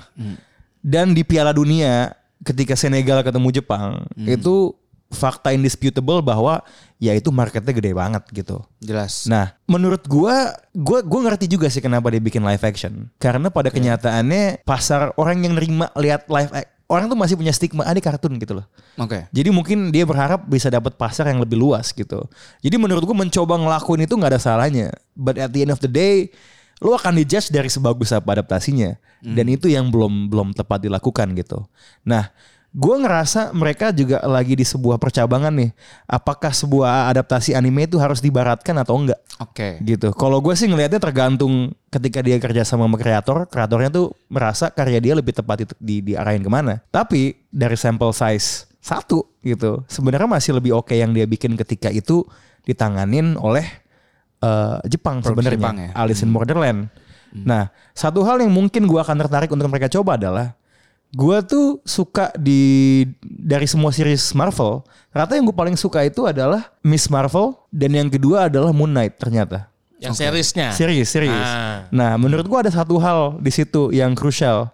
Speaker 2: dan di Piala Dunia ketika Senegal ketemu Jepang itu fakta indisputable bahwa ya itu marketnya gede banget gitu.
Speaker 4: Jelas.
Speaker 2: Nah, menurut gua gua gua ngerti juga sih kenapa dia bikin live action. Karena pada kenyataannya pasar orang yang nerima lihat live ac- orang tuh masih punya stigma ah ini kartun gitu loh.
Speaker 4: Oke.
Speaker 2: Jadi mungkin dia berharap bisa dapat pasar yang lebih luas gitu. Jadi menurut gue mencoba ngelakuin itu nggak ada salahnya. But at the end of the day, lo akan dijudge dari sebagus apa adaptasinya. Dan itu yang belum belum tepat dilakukan gitu. Nah, gue ngerasa mereka juga lagi di sebuah percabangan nih. Apakah sebuah adaptasi anime itu harus dibaratkan atau enggak?
Speaker 4: Oke.
Speaker 2: gitu. Kalau gue sih ngelihatnya tergantung ketika dia kerja sama sama kreator, kreatornya tuh merasa karya dia lebih tepat di, di diarahin kemana. Tapi dari sample size satu gitu, sebenarnya masih lebih oke yang dia bikin ketika itu ditanganin oleh eh, Jepang sebenarnya,
Speaker 4: Jepang ya.
Speaker 2: Alice in Borderland. Nah, satu hal yang mungkin gue akan tertarik untuk mereka coba adalah gue tuh suka di dari semua series Marvel ternyata yang gue paling suka itu adalah Miss Marvel dan yang kedua adalah Moon Knight ternyata
Speaker 3: Yang seriesnya.
Speaker 2: serius serius
Speaker 3: Ah.
Speaker 2: nah menurut gue ada satu hal di situ yang krusial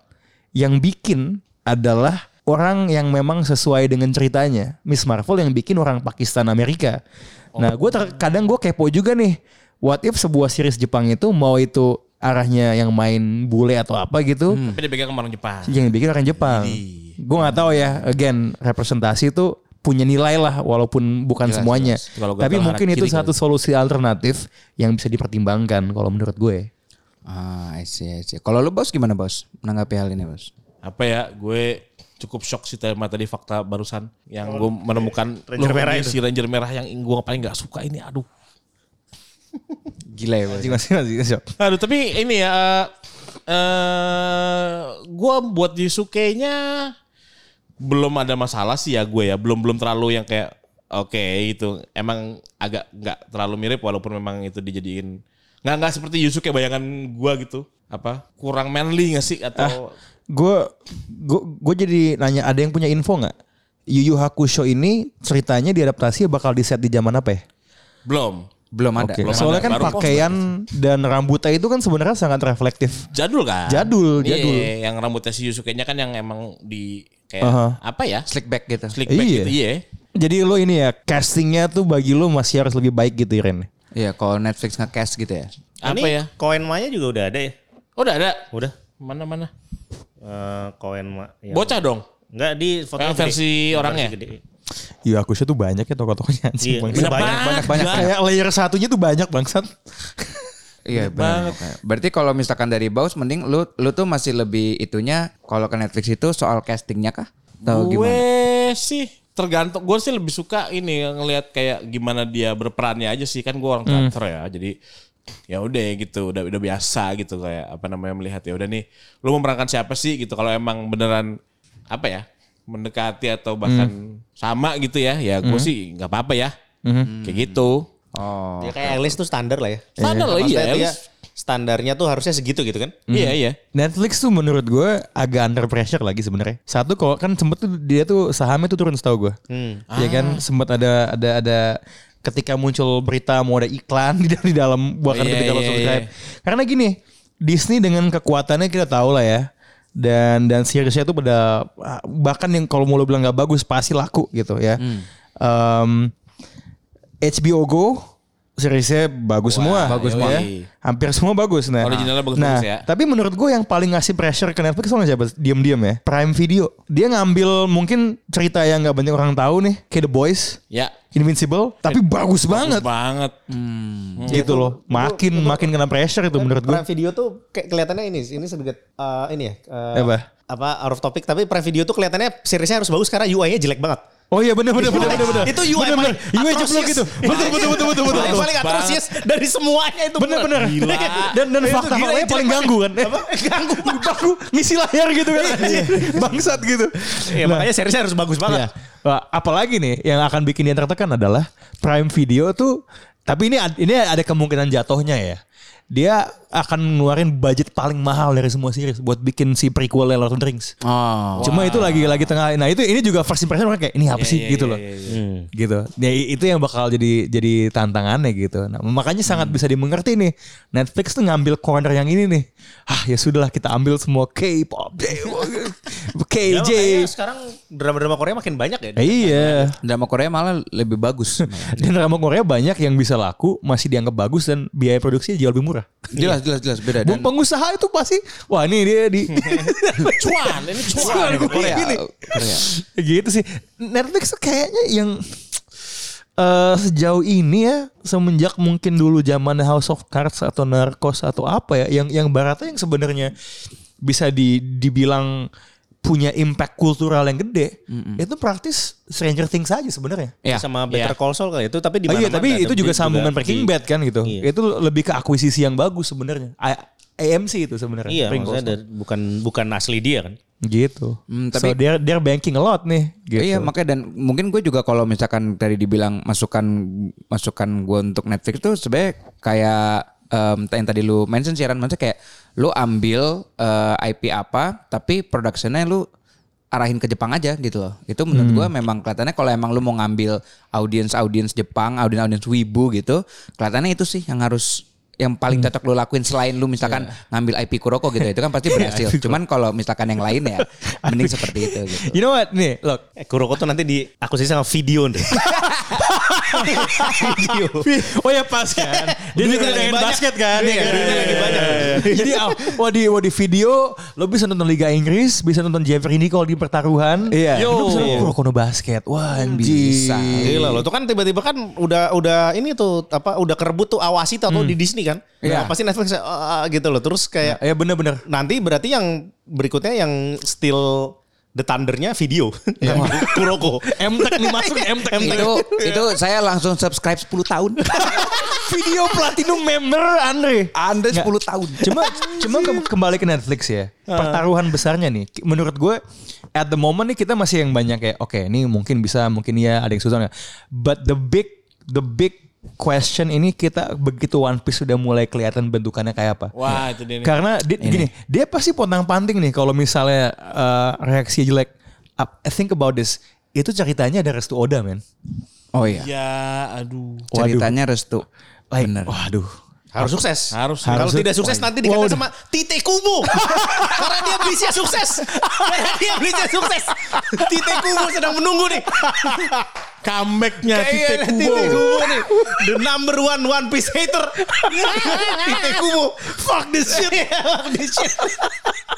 Speaker 2: yang bikin adalah orang yang memang sesuai dengan ceritanya Miss Marvel yang bikin orang Pakistan Amerika
Speaker 3: Oh.
Speaker 2: nah gue terkadang gue kepo juga nih what if sebuah series Jepang itu mau itu arahnya yang main bule atau apa gitu
Speaker 3: Tapi dia pegang sama orang Jepang.
Speaker 4: Iya.
Speaker 2: yang bikin orang Jepang.
Speaker 3: Iya.
Speaker 2: Gue nggak tahu ya, again representasi itu punya nilai lah walaupun bukan semuanya.
Speaker 3: Kalau gua
Speaker 2: Tapi
Speaker 3: tahu
Speaker 2: mungkin
Speaker 3: arah
Speaker 2: itu
Speaker 3: kiri
Speaker 2: satu solusi alternatif yang bisa dipertimbangkan kalau menurut gue.
Speaker 4: Ah, I see, I see. Kalau lu bos gimana bos? Menanggapi hal ini bos?
Speaker 3: Apa ya, gue cukup shock sih tema tadi fakta barusan yang gue menemukan
Speaker 5: Oh, Ranger
Speaker 3: Loh,
Speaker 5: merah
Speaker 3: ini si
Speaker 5: itu.
Speaker 3: Ranger merah yang gue paling gak suka ini aduh
Speaker 4: Gila ya bos.
Speaker 3: aduh tapi ini ya eh eh, gue buat Yusuke-nya belum ada masalah sih ya gue ya belum belum terlalu yang kayak oke itu emang agak nggak terlalu mirip walaupun memang itu dijadiin nggak nggak seperti Yusuke bayangan gue gitu apa kurang manly gak sih
Speaker 2: Ah.
Speaker 3: atau
Speaker 2: Gue gue gue jadi nanya ada yang punya info nggak? Yu Yu Hakusho ini ceritanya diadaptasi bakal di set di zaman apa ya?
Speaker 3: belum
Speaker 4: Belum ada.
Speaker 2: Oke.
Speaker 3: belum
Speaker 2: Soalnya
Speaker 3: ada.
Speaker 2: kan
Speaker 3: Baru
Speaker 2: pakaian dan rambutnya itu kan sebenarnya sangat reflektif.
Speaker 3: jadul kan
Speaker 2: Jadul,
Speaker 3: Iya,
Speaker 2: jadul.
Speaker 3: yang rambutnya si Yusuke-nya kan yang emang di kayak
Speaker 2: Aha.
Speaker 3: apa ya
Speaker 4: Slick back gitu.
Speaker 3: slick back
Speaker 2: Iya.
Speaker 3: gitu iya
Speaker 2: Jadi lo ini ya castingnya tuh bagi lo masih harus lebih baik gitu Iren.
Speaker 4: Iya, kalau Netflix nge-cast gitu ya.
Speaker 3: apa
Speaker 5: Ini
Speaker 3: ya
Speaker 5: Koen Maya juga udah ada ya?
Speaker 3: udah ada
Speaker 5: Udah.
Speaker 3: mana mana
Speaker 5: Eh, koen Ma.
Speaker 2: Ya.
Speaker 5: yang-
Speaker 3: bocah dong
Speaker 5: Enggak di foto
Speaker 4: Eh,
Speaker 3: Yang versi orangnya?
Speaker 2: Iya aku sih tuh banyak ya tokoh-tokohnya anjing
Speaker 5: Iya.
Speaker 2: bangsat.
Speaker 5: Banyak,
Speaker 4: banyak, banyak.
Speaker 3: gila.
Speaker 2: Kayak layer satunya tuh banyak bangsat.
Speaker 4: Iya benar. Berarti kalau misalkan dari Baus mending lu lu tuh masih lebih itunya kalau ke Netflix itu soal castingnya kah? Tahu gimana?
Speaker 3: Gue sih tergantung. Gue sih lebih suka ini ngelihat kayak gimana dia berperannya aja sih. Kan gue orang teater ya. Jadi ya udah gitu, udah udah biasa gitu kayak apa namanya melihat ya udah nih lu memerankan siapa sih gitu kalau emang beneran apa ya mendekati atau bahkan sama gitu ya ya gue sih nggak apa-apa ya kayak gitu
Speaker 4: Oh.
Speaker 5: Ya kayak Alice tuh standar lah ya.
Speaker 3: Standar lah, iya,
Speaker 5: Maksudnya
Speaker 1: ya,
Speaker 5: dia
Speaker 3: Alice.
Speaker 5: Standarnya tuh harusnya segitu gitu kan.
Speaker 3: iya iya
Speaker 2: Netflix tuh menurut gue agak under pressure lagi sebenarnya. Satu kalau kan sempet tuh dia tuh sahamnya tuh turun setahu gue.
Speaker 1: Hmm.
Speaker 2: Iya kan
Speaker 3: Ah.
Speaker 2: sempet ada ada ada ketika muncul berita mau ada iklan di, di dalam bahkan
Speaker 3: Iya,
Speaker 2: ketika lo
Speaker 3: iya,
Speaker 2: subscribe. Karena gini Disney dengan kekuatannya kita tahu lah ya. Dan dan seriesnya tuh pada ah, bahkan yang kalau mau lo bilang
Speaker 3: Hmm.
Speaker 2: nggak bagus pasti laku gitu ya. Em, HBO Go seriesnya bagus semua.
Speaker 1: bagus semua.
Speaker 2: Ya. Hampir semua bagus. Nah,
Speaker 3: Originalnya
Speaker 2: nah,
Speaker 3: bagus-bagus ya.
Speaker 2: Tapi menurut gue yang paling ngasih pressure ke Netflix soalnya siapa? Diam-diam ya. Prime Video. Dia ngambil mungkin cerita yang nggak banyak orang tahu nih. Kayak The Boys.
Speaker 3: Ya.
Speaker 2: Invincible. Tapi bagus banget.
Speaker 3: Iya. Banget.
Speaker 2: gitu loh. Makin
Speaker 1: Iya.
Speaker 2: makin kena pressure itu menurut gue.
Speaker 1: Prime video tuh kayak kelihatannya ini ini sedikit eh, ini ya. eh,
Speaker 2: Apa?
Speaker 1: Apa out of topic tapi Prime video tuh kelihatannya seriesnya harus bagus karena UI-nya jelek banget.
Speaker 2: Oh iya bener bener bener bener. bener.
Speaker 1: Itu UI
Speaker 2: bener, bener.
Speaker 1: paling
Speaker 2: UI
Speaker 1: atrocious.
Speaker 2: jeblok gitu. Betul betul betul betul betul.
Speaker 1: Paling-
Speaker 2: betul.
Speaker 1: paling atrocious dari semuanya itu
Speaker 2: Bener bener. Dan dan
Speaker 1: Itu
Speaker 2: fakta
Speaker 1: gila,
Speaker 2: faktanya
Speaker 1: itu
Speaker 2: paling
Speaker 1: jelek
Speaker 2: ganggu kan.
Speaker 1: Apa? Iya. Ganggu banget.
Speaker 2: Aku ngisi layar gitu kan. Bangsat gitu.
Speaker 5: Iya,
Speaker 3: Iya,
Speaker 1: Ya, makanya seriesnya harus bagus banget.
Speaker 2: Iya. Wah, apalagi nih yang akan bikin dia tertekan adalah Prime Video tuh tapi ini ad- ini ada kemungkinan jatuhnya ya. Dia akan ngeluarin budget paling mahal dari semua series buat bikin si prequel Lord of the Rings.
Speaker 4: Oh.
Speaker 2: Cuma itu lagi lagi tengah. Nah, itu ini juga first impression orang kayak ini apa sih gitu loh. Gitu. Ya i- itu yang bakal jadi jadi tantangannya gitu. Nah, makanya sangat bisa dimengerti nih. Netflix tuh ngambil corner yang ini nih. Ah, ya sudahlah kita ambil semua K-pop.
Speaker 1: Iya,
Speaker 5: Ya,
Speaker 2: KJ.
Speaker 5: makanya sekarang drama-drama Korea makin banyak ya.
Speaker 2: Iya.
Speaker 4: Drama Korea malah lebih bagus. malah.
Speaker 2: Dan drama Korea banyak yang bisa laku, masih dianggap bagus dan biaya produksinya jauh lebih murah.
Speaker 4: jelas jelas jelas beda
Speaker 2: Dan
Speaker 4: dan
Speaker 2: pengusaha itu pasti, wah ini dia di cuan, ini cuan, gue
Speaker 4: Korea.
Speaker 2: gini.
Speaker 4: Korea.
Speaker 2: gitu sih. Netflix tuh kayaknya yang eh, sejauh ini ya semenjak mungkin dulu zaman House of Cards atau Narcos atau apa ya yang yang baratnya yang sebenarnya bisa di, dibilang punya impact kultural yang gede itu praktis Stranger Things aja sebenarnya.
Speaker 1: Iya.
Speaker 4: Ya.
Speaker 5: Sama Better Call Saul kayak itu tapi di
Speaker 2: Oh iya,
Speaker 5: mana-mana.
Speaker 2: tapi itu juga sambungan Breaking
Speaker 5: di-
Speaker 2: Bad kan gitu. Itu lebih ke akuisisi yang bagus sebenarnya. A- AMC itu sebenarnya.
Speaker 5: Iya,
Speaker 2: Breaking
Speaker 5: maksudnya
Speaker 2: Bad.
Speaker 5: dari- bukan bukan asli dia kan.
Speaker 2: Gitu.
Speaker 4: Hmm,
Speaker 2: tapi, so
Speaker 4: tapi-
Speaker 2: they're, they're banking a lot nih. Gitu.
Speaker 4: Iya makanya dan mungkin gue juga kalau misalkan tadi dibilang masukan masukan gue untuk Netflix tuh sebenarnya kayak em, yang tadi lu mention siaran maksudnya kayak lu ambil eh, IP apa tapi productionnya lu arahin ke Jepang aja gitu loh. Itu menurut gue memang kelihatannya kalau emang lu mau ngambil audiens audiens Jepang, audiens audiens Wibu gitu, kelihatannya itu sih yang harus yang paling cocok lu lakuin selain lu misalkan ngambil IP Kuroko gitu itu kan pasti berhasil. Cuman kalau misalkan yang lain ya mending seperti itu gitu.
Speaker 2: You know what? Nih, look.
Speaker 5: Eh, Kuroko tuh nanti di aku sih sama video deh. video.
Speaker 2: Oh ya pas kan. Dia juga
Speaker 5: lagi
Speaker 2: main
Speaker 5: banyak.
Speaker 2: basket kan.
Speaker 5: Iya,
Speaker 2: kan?
Speaker 5: duitnya lagi banyak.
Speaker 2: Jadi ah, wah di, wah di video lo bisa nonton Liga Inggris, bisa nonton Jeffrey Nicole di pertaruhan.
Speaker 4: Iya. Hmm.
Speaker 2: Yo. Lo bisa nonton Kurokono basket. Wah anjing.
Speaker 4: Bisa.
Speaker 1: Gila loh, tuh kan tiba-tiba kan udah udah ini tuh apa udah kerebut tuh awasi tuh atau di Disney kan.
Speaker 4: Iya.
Speaker 1: Nah, pasti Netflix eh, eh, gitu loh. Terus kayak
Speaker 2: Ya bener-bener.
Speaker 1: nanti berarti yang berikutnya yang still the thundernya video Kuroko.
Speaker 2: M-Tech nih masuk M-Tech.
Speaker 4: itu itu saya langsung subscribe 10 tahun.
Speaker 2: video platinum member Andre.
Speaker 4: Anda 10 tahun.
Speaker 2: Cuma cuma ke- kembali ke Netflix ya. Pertaruhan besarnya nih ki- menurut gue at the moment nih kita masih yang banyak kayak oke ini mungkin bisa mungkin ya ada yang susah nggak. But the big the big question ini kita begitu One Piece sudah mulai kelihatan bentukannya kayak apa.
Speaker 3: Wah, itu dia nih.
Speaker 2: Karena dia, gini, dia pasti pontang-panting nih kalau misalnya eh, reaksi jelek. Up- Think about this. Itu ceritanya ada Restu Oda, men.
Speaker 4: Oh iya.
Speaker 3: Ya, aduh.
Speaker 4: Ceritanya restu.
Speaker 2: Like,
Speaker 4: Bener.
Speaker 2: Waduh.
Speaker 1: Harus sukses.
Speaker 3: Harus.
Speaker 1: Kalau
Speaker 2: Harus.
Speaker 1: tidak sukses Oh, iya. nanti dikata sama Tite Kubo. Karena dia bisa sukses. Karena dia bisa sukses. Tite Kubo sedang menunggu nih.
Speaker 3: Comebacknya
Speaker 1: Kayaknya
Speaker 3: Titik
Speaker 1: Tite
Speaker 3: Kubo.
Speaker 1: Kubo nih. The number one One Piece hater. Tite Kubo. Fuck this shit. Fuck this shit.